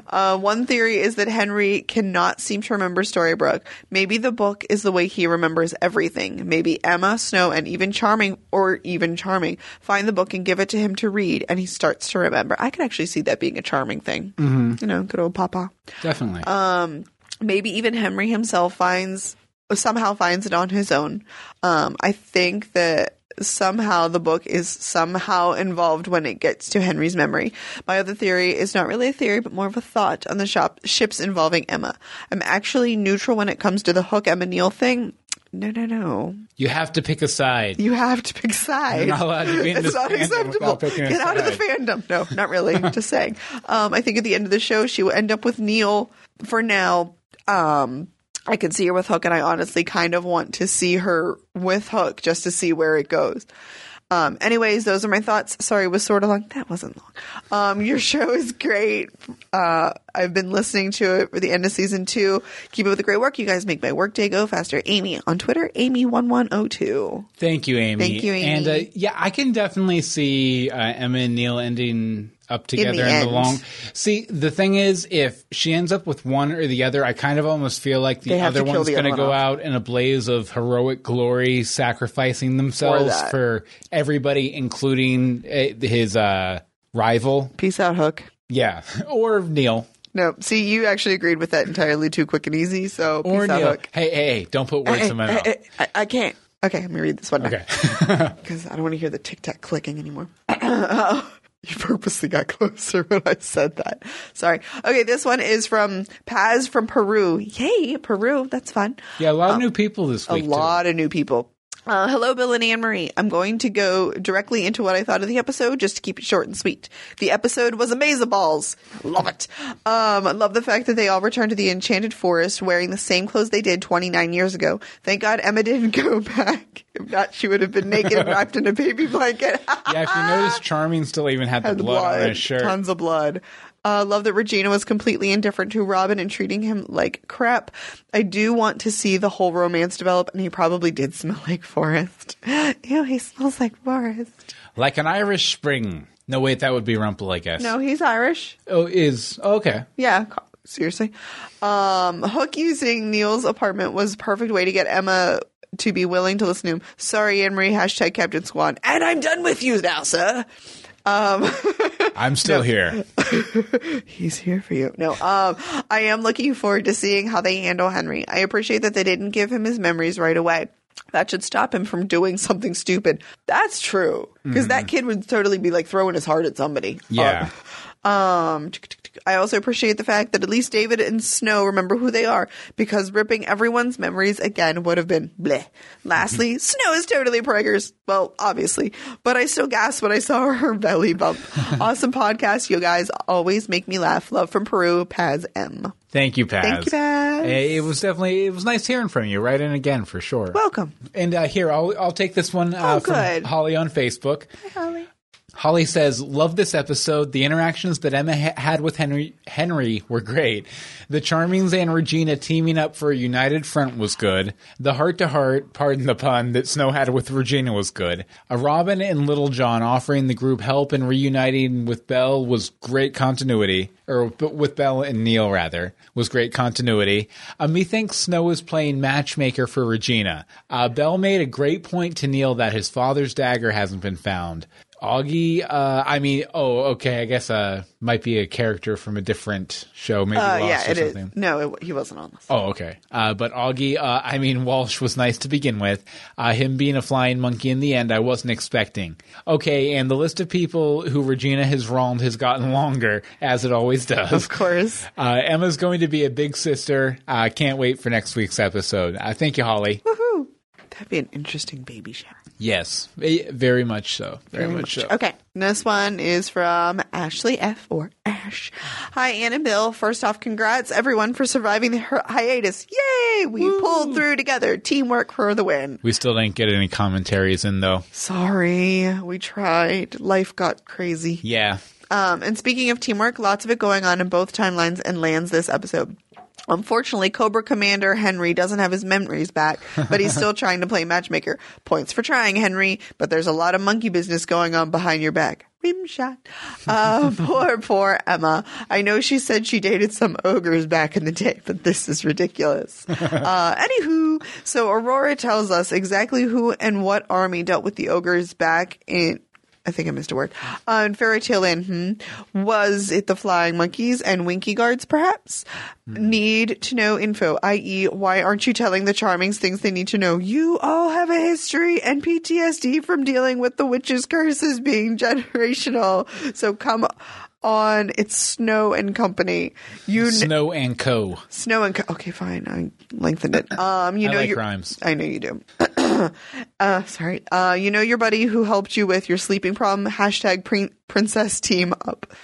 Speaker 4: Uh, one theory is that Henry cannot seem to remember Storybrooke. Maybe the book is the way he remembers everything. Maybe Emma, Snow, and even Charming, or even Charming, find the book and give it to him to read, and he starts to remember. I could actually see that being a charming thing.
Speaker 1: Mm-hmm.
Speaker 4: You know, good old Papa
Speaker 1: Definitely.
Speaker 4: Uh, maybe even Henry himself finds somehow finds it on his own. Um, I think that somehow the book is somehow involved when it gets to Henry's memory. My other theory is not really a theory, but more of a thought on the shop ships involving Emma. I'm actually neutral when it comes to the Hook Emma Neal thing. No, no, no.
Speaker 1: you have to pick a side.
Speaker 4: You have to pick sides.
Speaker 1: You're not allowed to be in
Speaker 4: it's
Speaker 1: this
Speaker 4: not
Speaker 1: fandom
Speaker 4: acceptable.
Speaker 1: without picking a
Speaker 4: Get out of the
Speaker 1: side.
Speaker 4: fandom. No, not really. Just saying. Um, I think at the end of the show, she will end up with Neil. For now, um, I can see her with Hook, and I honestly kind of want to see her with Hook just to see where it goes. Um, anyways, those are my thoughts. Sorry, it was sort of long. That wasn't long. Um, your show is great. Uh, I've been listening to it for the end of season two. Keep up with the great work. You guys make my workday go faster. Amy oh on Twitter, Amy1102.
Speaker 1: Thank you, Amy.
Speaker 4: Thank you, Amy.
Speaker 1: And uh, yeah, I can definitely see uh, Emma and Neil ending up together
Speaker 4: the
Speaker 1: in
Speaker 4: end.
Speaker 1: the long. See, the thing is, if she ends up with one or the other, I kind of almost feel like the
Speaker 4: They have
Speaker 1: other
Speaker 4: to kill
Speaker 1: one's
Speaker 4: the
Speaker 1: going to
Speaker 4: other
Speaker 1: go
Speaker 4: one
Speaker 1: out in a blaze of heroic glory, sacrificing themselves
Speaker 4: that.
Speaker 1: for everybody, including uh, his uh, rival.
Speaker 4: Peace out, Hook.
Speaker 1: Yeah, or Neil.
Speaker 4: No, see, you actually agreed with that entirely too quick and easy. So
Speaker 1: Or
Speaker 4: peace out,
Speaker 1: Neil.
Speaker 4: Hook.
Speaker 1: Hey, hey, hey, don't put words
Speaker 4: Hey,
Speaker 1: in my
Speaker 4: hey,
Speaker 1: mouth.
Speaker 4: hey, I, I can't. Okay, let me read this one
Speaker 1: Okay.
Speaker 4: because I don't want to hear the tic tac clicking anymore. you purposely got closer when I said that. Sorry. Okay, this one is from Paz from Peru. Yay, Peru. That's fun.
Speaker 1: Yeah, a lot of new people this
Speaker 4: a
Speaker 1: week.
Speaker 4: lot of new people. Uh, hello, Bill and Anne Marie. I'm going to go directly into what I thought of the episode, just to keep it short and sweet. The episode was amazing balls. Love it. Um, I love the fact that they all returned to the Enchanted Forest wearing the same clothes they did 29 years ago. Thank God Emma didn't go back. If not, she would have been naked and wrapped in a baby blanket.
Speaker 1: Too. Yeah, if you notice, Charming still even had the
Speaker 4: had
Speaker 1: blood, on his shirt.
Speaker 4: Tons of blood. Uh, love that Regina was completely indifferent to Robin and treating him like crap. I do want to see the whole romance develop, and he probably did smell like forest. Ew, he smells like forest.
Speaker 1: Like an Irish spring. No, wait, that would be Rumple, I guess.
Speaker 4: No, he's Irish.
Speaker 1: Oh, is. oh, okay.
Speaker 4: Yeah, co- seriously. Um, Hook using Neil's apartment was a perfect way to get Emma to be willing to listen to him. Sorry, Anne Marie, hashtag Captain Swan. And I'm done with you now, sir.
Speaker 1: I'm still here.
Speaker 4: He's here for you. No, um, I am looking forward to seeing how they handle Henry. I appreciate that they didn't give him his memories right away. That should stop him from doing something stupid. That's true. Because that kid would totally be like throwing his heart at somebody.
Speaker 1: Yeah.
Speaker 4: Um, tsk, tsk, tsk. I also appreciate the fact that at least David and Snow remember who they are because ripping everyone's memories again would have been bleh.
Speaker 1: Mm-hmm.
Speaker 4: Lastly, Snow is totally preggers. Well, obviously, but I still gasped when I saw her belly bump. awesome podcast. You guys always make me laugh. Love from Peru, Paz M.
Speaker 1: Thank you, Paz.
Speaker 4: Thank you, Paz.
Speaker 1: Hey, It was definitely it was nice hearing from you. Right in again for sure.
Speaker 4: Welcome.
Speaker 1: and uh, here I'll I'll take this one uh,
Speaker 4: Oh,
Speaker 1: from
Speaker 4: good.
Speaker 1: Holly on Facebook.
Speaker 4: Holly.
Speaker 1: Holly says, "Love this episode. The interactions that Emma ha- had with Henry Henry were great. The Charmings and Regina teaming up for a united front was good. The heart to heart, pardon the pun, that Snow had with Regina was good. A Robin and Little John offering the group help and reuniting with Belle was great continuity, or b- with Belle and Neil rather was great continuity. Uh, methinks Snow is playing matchmaker for Regina. Uh, Belle made a great point to Neil that his father's dagger hasn't been found." Augie, uh, I mean, oh, okay, I guess uh, might be a character from a different show, maybe Lost
Speaker 4: Uh, yeah,
Speaker 1: or
Speaker 4: it is.
Speaker 1: something.
Speaker 4: No, it, he wasn't on this.
Speaker 1: Oh, okay. Uh, but Augie, uh, I mean, Walsh was nice to begin with. Uh, him being a flying monkey in the end, I wasn't expecting. Okay, and the list of people who Regina has wronged has gotten longer, as it always does.
Speaker 4: Of course.
Speaker 1: Uh, Emma's going to be a big sister. I uh, can't wait for next week's episode. Uh, thank you, Holly.
Speaker 4: That'd be an interesting baby shower.
Speaker 1: Yes, ve- very much so. Very, much, so.
Speaker 4: Okay. This one is from Ashley F. or Ash. Hi, Ann and Bill. First off, congrats everyone for surviving the hi- hiatus. Yay! We pulled through together. Teamwork for the win.
Speaker 1: We still didn't get any commentaries in though.
Speaker 4: Sorry, we tried. Life got crazy.
Speaker 1: Yeah,
Speaker 4: Um, and speaking of teamwork, lots of it going on in both timelines and lands this episode. Unfortunately, Cobra Commander Henry doesn't have his memories back, but he's still trying to play matchmaker. Points for trying, Henry, but there's a lot of monkey business going on behind your back. Rim shot. Uh, poor, poor Emma. I know she said she dated some ogres back in the day, but this is ridiculous. Uh, anywho, so Aurora tells us exactly who and what army dealt with the ogres back in I think I missed a word. Uh, in Fairy Tale Land, hmm, was it the flying monkeys and winky guards, perhaps? Need to know info, i.e., why aren't you telling the Charmings things they need to know? You all have a history and PTSD from dealing with the witch's curses being generational. So come on, it's Snow and Company. You kn-
Speaker 1: Snow and Co. Uh,
Speaker 4: Snow and Co- okay, fine. I lengthened it. Um, you
Speaker 1: I
Speaker 4: know
Speaker 1: like
Speaker 4: your-
Speaker 1: rhymes.
Speaker 4: I know you do. uh, sorry. Uh, you know your buddy who helped you with your sleeping problem. Hashtag prin- princess team up.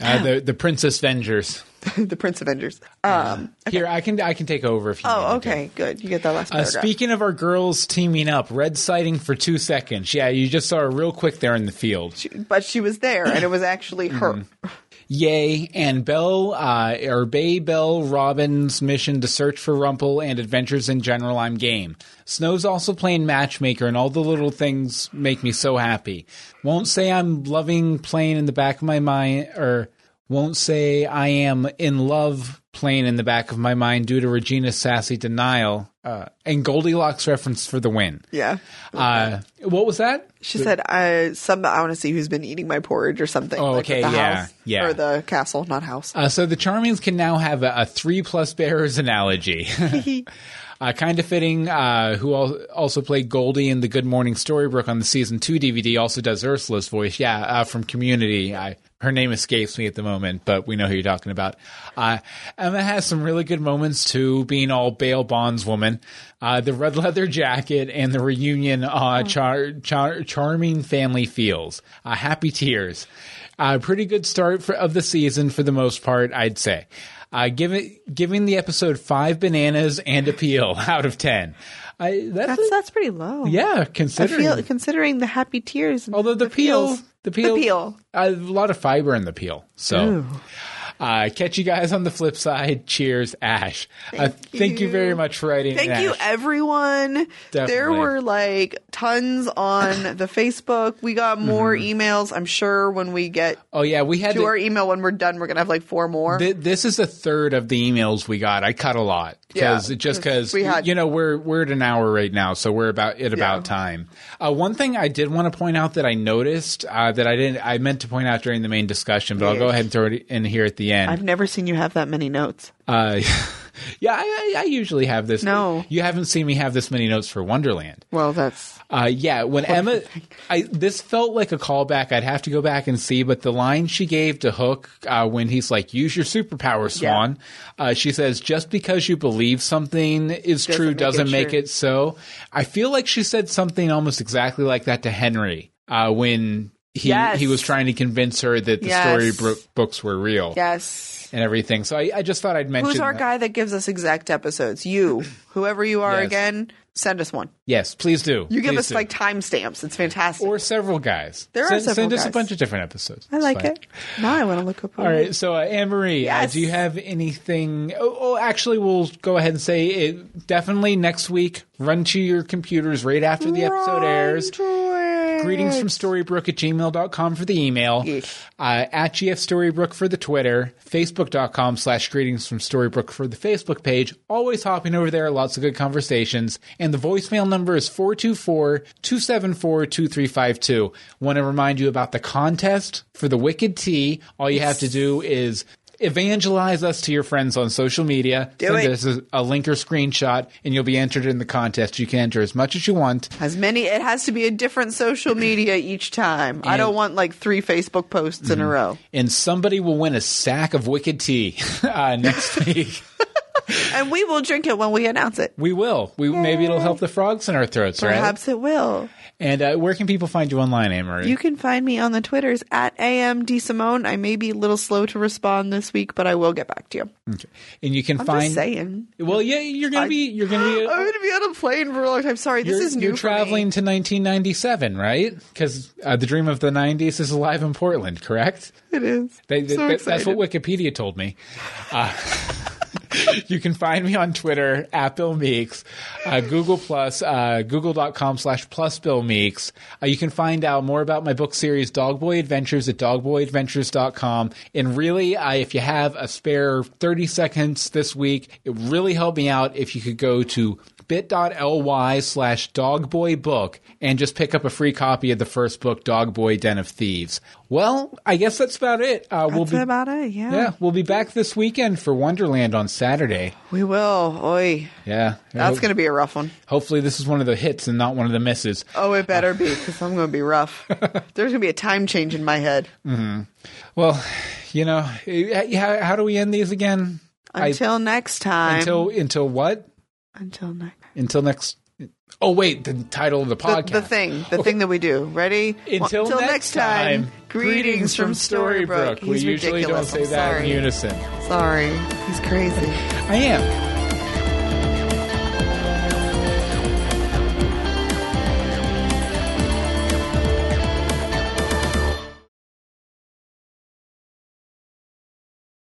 Speaker 1: Uh, the the Princess Vengers.
Speaker 4: the Prince Avengers. Um,
Speaker 1: Here, I can I can take over if you. want
Speaker 4: oh,
Speaker 1: me to.
Speaker 4: okay, good. You get that last.
Speaker 1: Uh,
Speaker 4: Paragraph.
Speaker 1: speaking of our girls teaming up, red sighting for two seconds. Yeah, you just saw her real quick there in the field.
Speaker 4: but she was there, and it was actually her.
Speaker 1: Mm-hmm. Yay! And Bell, uh, or Bay Bell Robin's mission to search for Rumple and adventures in general, I'm game. Snow's also playing matchmaker, and all the little things make me so happy. Won't say I'm loving playing in the back of my mind, or won't say I am in love playing in the back of my mind due to Regina's sassy denial. Uh, and Goldilocks reference for the win.
Speaker 4: Yeah,
Speaker 1: Uh, what was that?
Speaker 4: she said, "I some I want to see who's been eating my porridge or something."
Speaker 1: Oh,
Speaker 4: like, at
Speaker 1: okay,
Speaker 4: the
Speaker 1: yeah,
Speaker 4: house,
Speaker 1: yeah.
Speaker 4: or the castle, not house.
Speaker 1: Uh, so the Charmings can now have a, a three plus bearers analogy. uh, kind of fitting, uh, who al- also played Goldie in the Good Morning Storybrooke on the season two DVD, also does Ursula's voice. Yeah, uh, from Community. I, her name escapes me at the moment, but we know who you're talking about. Uh, Emma has some really good moments too, being all bail bondswoman. Uh, the red leather jacket and the reunion uh, char- char- charming family feels. Uh, happy tears. Uh, pretty good start for, of the season for the most part, I'd say. Uh, giving giving the episode five bananas and a peel out of ten. I, that's,
Speaker 4: That's that's pretty low.
Speaker 1: yeah,
Speaker 4: I
Speaker 1: considering
Speaker 4: feel considering the happy tears. and
Speaker 1: although the, peel, the peel,
Speaker 4: the peel.
Speaker 1: a lot of fiber in the peel. So, uh, catch you guys on the flip side. Cheers, Ash. Thank, uh, thank you
Speaker 4: you.
Speaker 1: very much for writing.
Speaker 4: Thank
Speaker 1: Ash.
Speaker 4: you, everyone. There
Speaker 1: Definitely.
Speaker 4: were like tons on the Facebook. We got more
Speaker 1: Mm-hmm.
Speaker 4: emails. I'm sure when we get
Speaker 1: Oh yeah, we had
Speaker 4: to
Speaker 1: to-
Speaker 4: our email when we're done, we're gonna have like four more.
Speaker 1: Th- this is a third of the emails we got. I cut a lot because
Speaker 4: Yeah,
Speaker 1: just
Speaker 4: 'cause
Speaker 1: because
Speaker 4: we had-
Speaker 1: you know we're we're at an hour right now, so we're about at about time. Uh, one thing I did want to point out that I noticed uh, that I didn't I meant to point out during the main discussion, but I'll go ahead and throw it in here at the end.
Speaker 4: I've never seen you have that many notes.
Speaker 1: Uh, yeah, I, I- I usually have this.
Speaker 4: No.
Speaker 1: you haven't seen me have this many notes for Wonderland.
Speaker 4: Well, that's
Speaker 1: Uh, yeah, when Emma, I this felt like a callback. I'd have to go back and see, but the line she gave to Hook uh, when he's like, "Use your superpower, Swan," uh, she says, "Just because you believe something is true
Speaker 4: make it
Speaker 1: doesn't make
Speaker 4: true."
Speaker 1: it so." I feel like she said something almost exactly like that to Henry uh, when he
Speaker 4: Yes.
Speaker 1: he was trying to convince her that the
Speaker 4: Yes.
Speaker 1: story bro- books were real
Speaker 4: yes.
Speaker 1: and everything. So I, I just thought I'd mention
Speaker 4: Who's our
Speaker 1: that.
Speaker 4: guy that gives us exact episodes? You, whoever you are,
Speaker 1: Yes.
Speaker 4: again, send us one.
Speaker 1: Yes, please do.
Speaker 4: You give
Speaker 1: Please
Speaker 4: us
Speaker 1: do.
Speaker 4: like timestamps. It's fantastic.
Speaker 1: or several guys.
Speaker 4: There are
Speaker 1: send,
Speaker 4: several
Speaker 1: send us a
Speaker 4: guys.
Speaker 1: bunch of different episodes.
Speaker 4: I
Speaker 1: It's
Speaker 4: like
Speaker 1: fine.
Speaker 4: it. Now I want to look up.
Speaker 1: All right, so uh, Anne Marie, uh,
Speaker 4: Yes.
Speaker 1: do you have anything? Oh, oh, actually, we'll go ahead and say it. Definitely next week, run to your computers right after the episode airs. Greetings from Storybrooke at gmail.com for the email, uh, at GF Storybrooke for the Twitter, Facebook.com slash greetings from Storybrooke for the Facebook page. Always hopping over there, lots of good conversations. And the voicemail number is 424 274 2352. Want to remind you about the contest for the Wicked Tea. All you have to do is evangelize us to your friends on social media. Do send
Speaker 4: it.
Speaker 1: us a, a link or screenshot, and you'll be entered in the contest. You can enter as much as you want.
Speaker 4: As many, it has to be a different social media each time. I don't want like three Facebook posts
Speaker 1: Mm-hmm.
Speaker 4: in a row.
Speaker 1: and somebody will win a sack of wicked tea uh, next week.
Speaker 4: and we will drink it when we announce it.
Speaker 1: We will. We maybe it'll help the frogs in our throats, right?
Speaker 4: Perhaps it will.
Speaker 1: And uh, where can people find you online, Anne-Marie?
Speaker 4: You can find me on the Twitters at am Simone. I may be a little slow to respond this week, but I will get back to you.
Speaker 1: and you can
Speaker 4: I'm
Speaker 1: find.
Speaker 4: just saying.
Speaker 1: Well, yeah, you're gonna be. You're gonna be.
Speaker 4: I'm going to be on a plane for a long time. Sorry, this
Speaker 1: you're,
Speaker 4: is new.
Speaker 1: you're
Speaker 4: for me.
Speaker 1: traveling to 1997, right? Because uh, the dream of the 90s is alive in Portland, correct?
Speaker 4: It is.
Speaker 1: They,
Speaker 4: I'm
Speaker 1: they-
Speaker 4: so
Speaker 1: that- that's what
Speaker 4: excited.
Speaker 1: Wikipedia told me. Uh, you can find me on Twitter at Bill Meeks, uh, Google Plus, uh, Google.com slash plus Bill Meeks. Uh, you can find out more about my book series, Dog Boy Adventures, at dogboyadventures.com. And really, I, if you have a spare 30 seconds this week, it would really help me out if you could go to bit.ly slash dogboybook and just pick up a free copy of the first book, Dog Boy Den of Thieves. Well, I guess that's about it. Uh, we'll
Speaker 4: That's
Speaker 1: be,
Speaker 4: about it. Yeah.
Speaker 1: yeah, we'll be back this weekend for Wonderland on Saturday.
Speaker 4: We will. Oi.
Speaker 1: Yeah.
Speaker 4: That's going to be a rough one.
Speaker 1: Hopefully this is one of the hits and not one of the misses.
Speaker 4: Oh, it better be because I'm going to be rough. There's going to be a time change in my head.
Speaker 1: Well, you know, eh, how, how do we end these again? I-
Speaker 4: Until next time.
Speaker 1: until until what?
Speaker 4: until next.
Speaker 1: Until next Oh wait, the title of the
Speaker 4: The,
Speaker 1: podcast.
Speaker 4: the thing, the thing that we do. Ready?
Speaker 1: Until,
Speaker 4: Well,
Speaker 1: next time,
Speaker 4: Greetings from Storybrooke.
Speaker 1: We
Speaker 4: He's
Speaker 1: usually
Speaker 4: ridiculous.
Speaker 1: don't say
Speaker 4: I'm
Speaker 1: that in
Speaker 4: sorry.
Speaker 1: unison.
Speaker 4: Sorry, he's crazy.
Speaker 1: I am.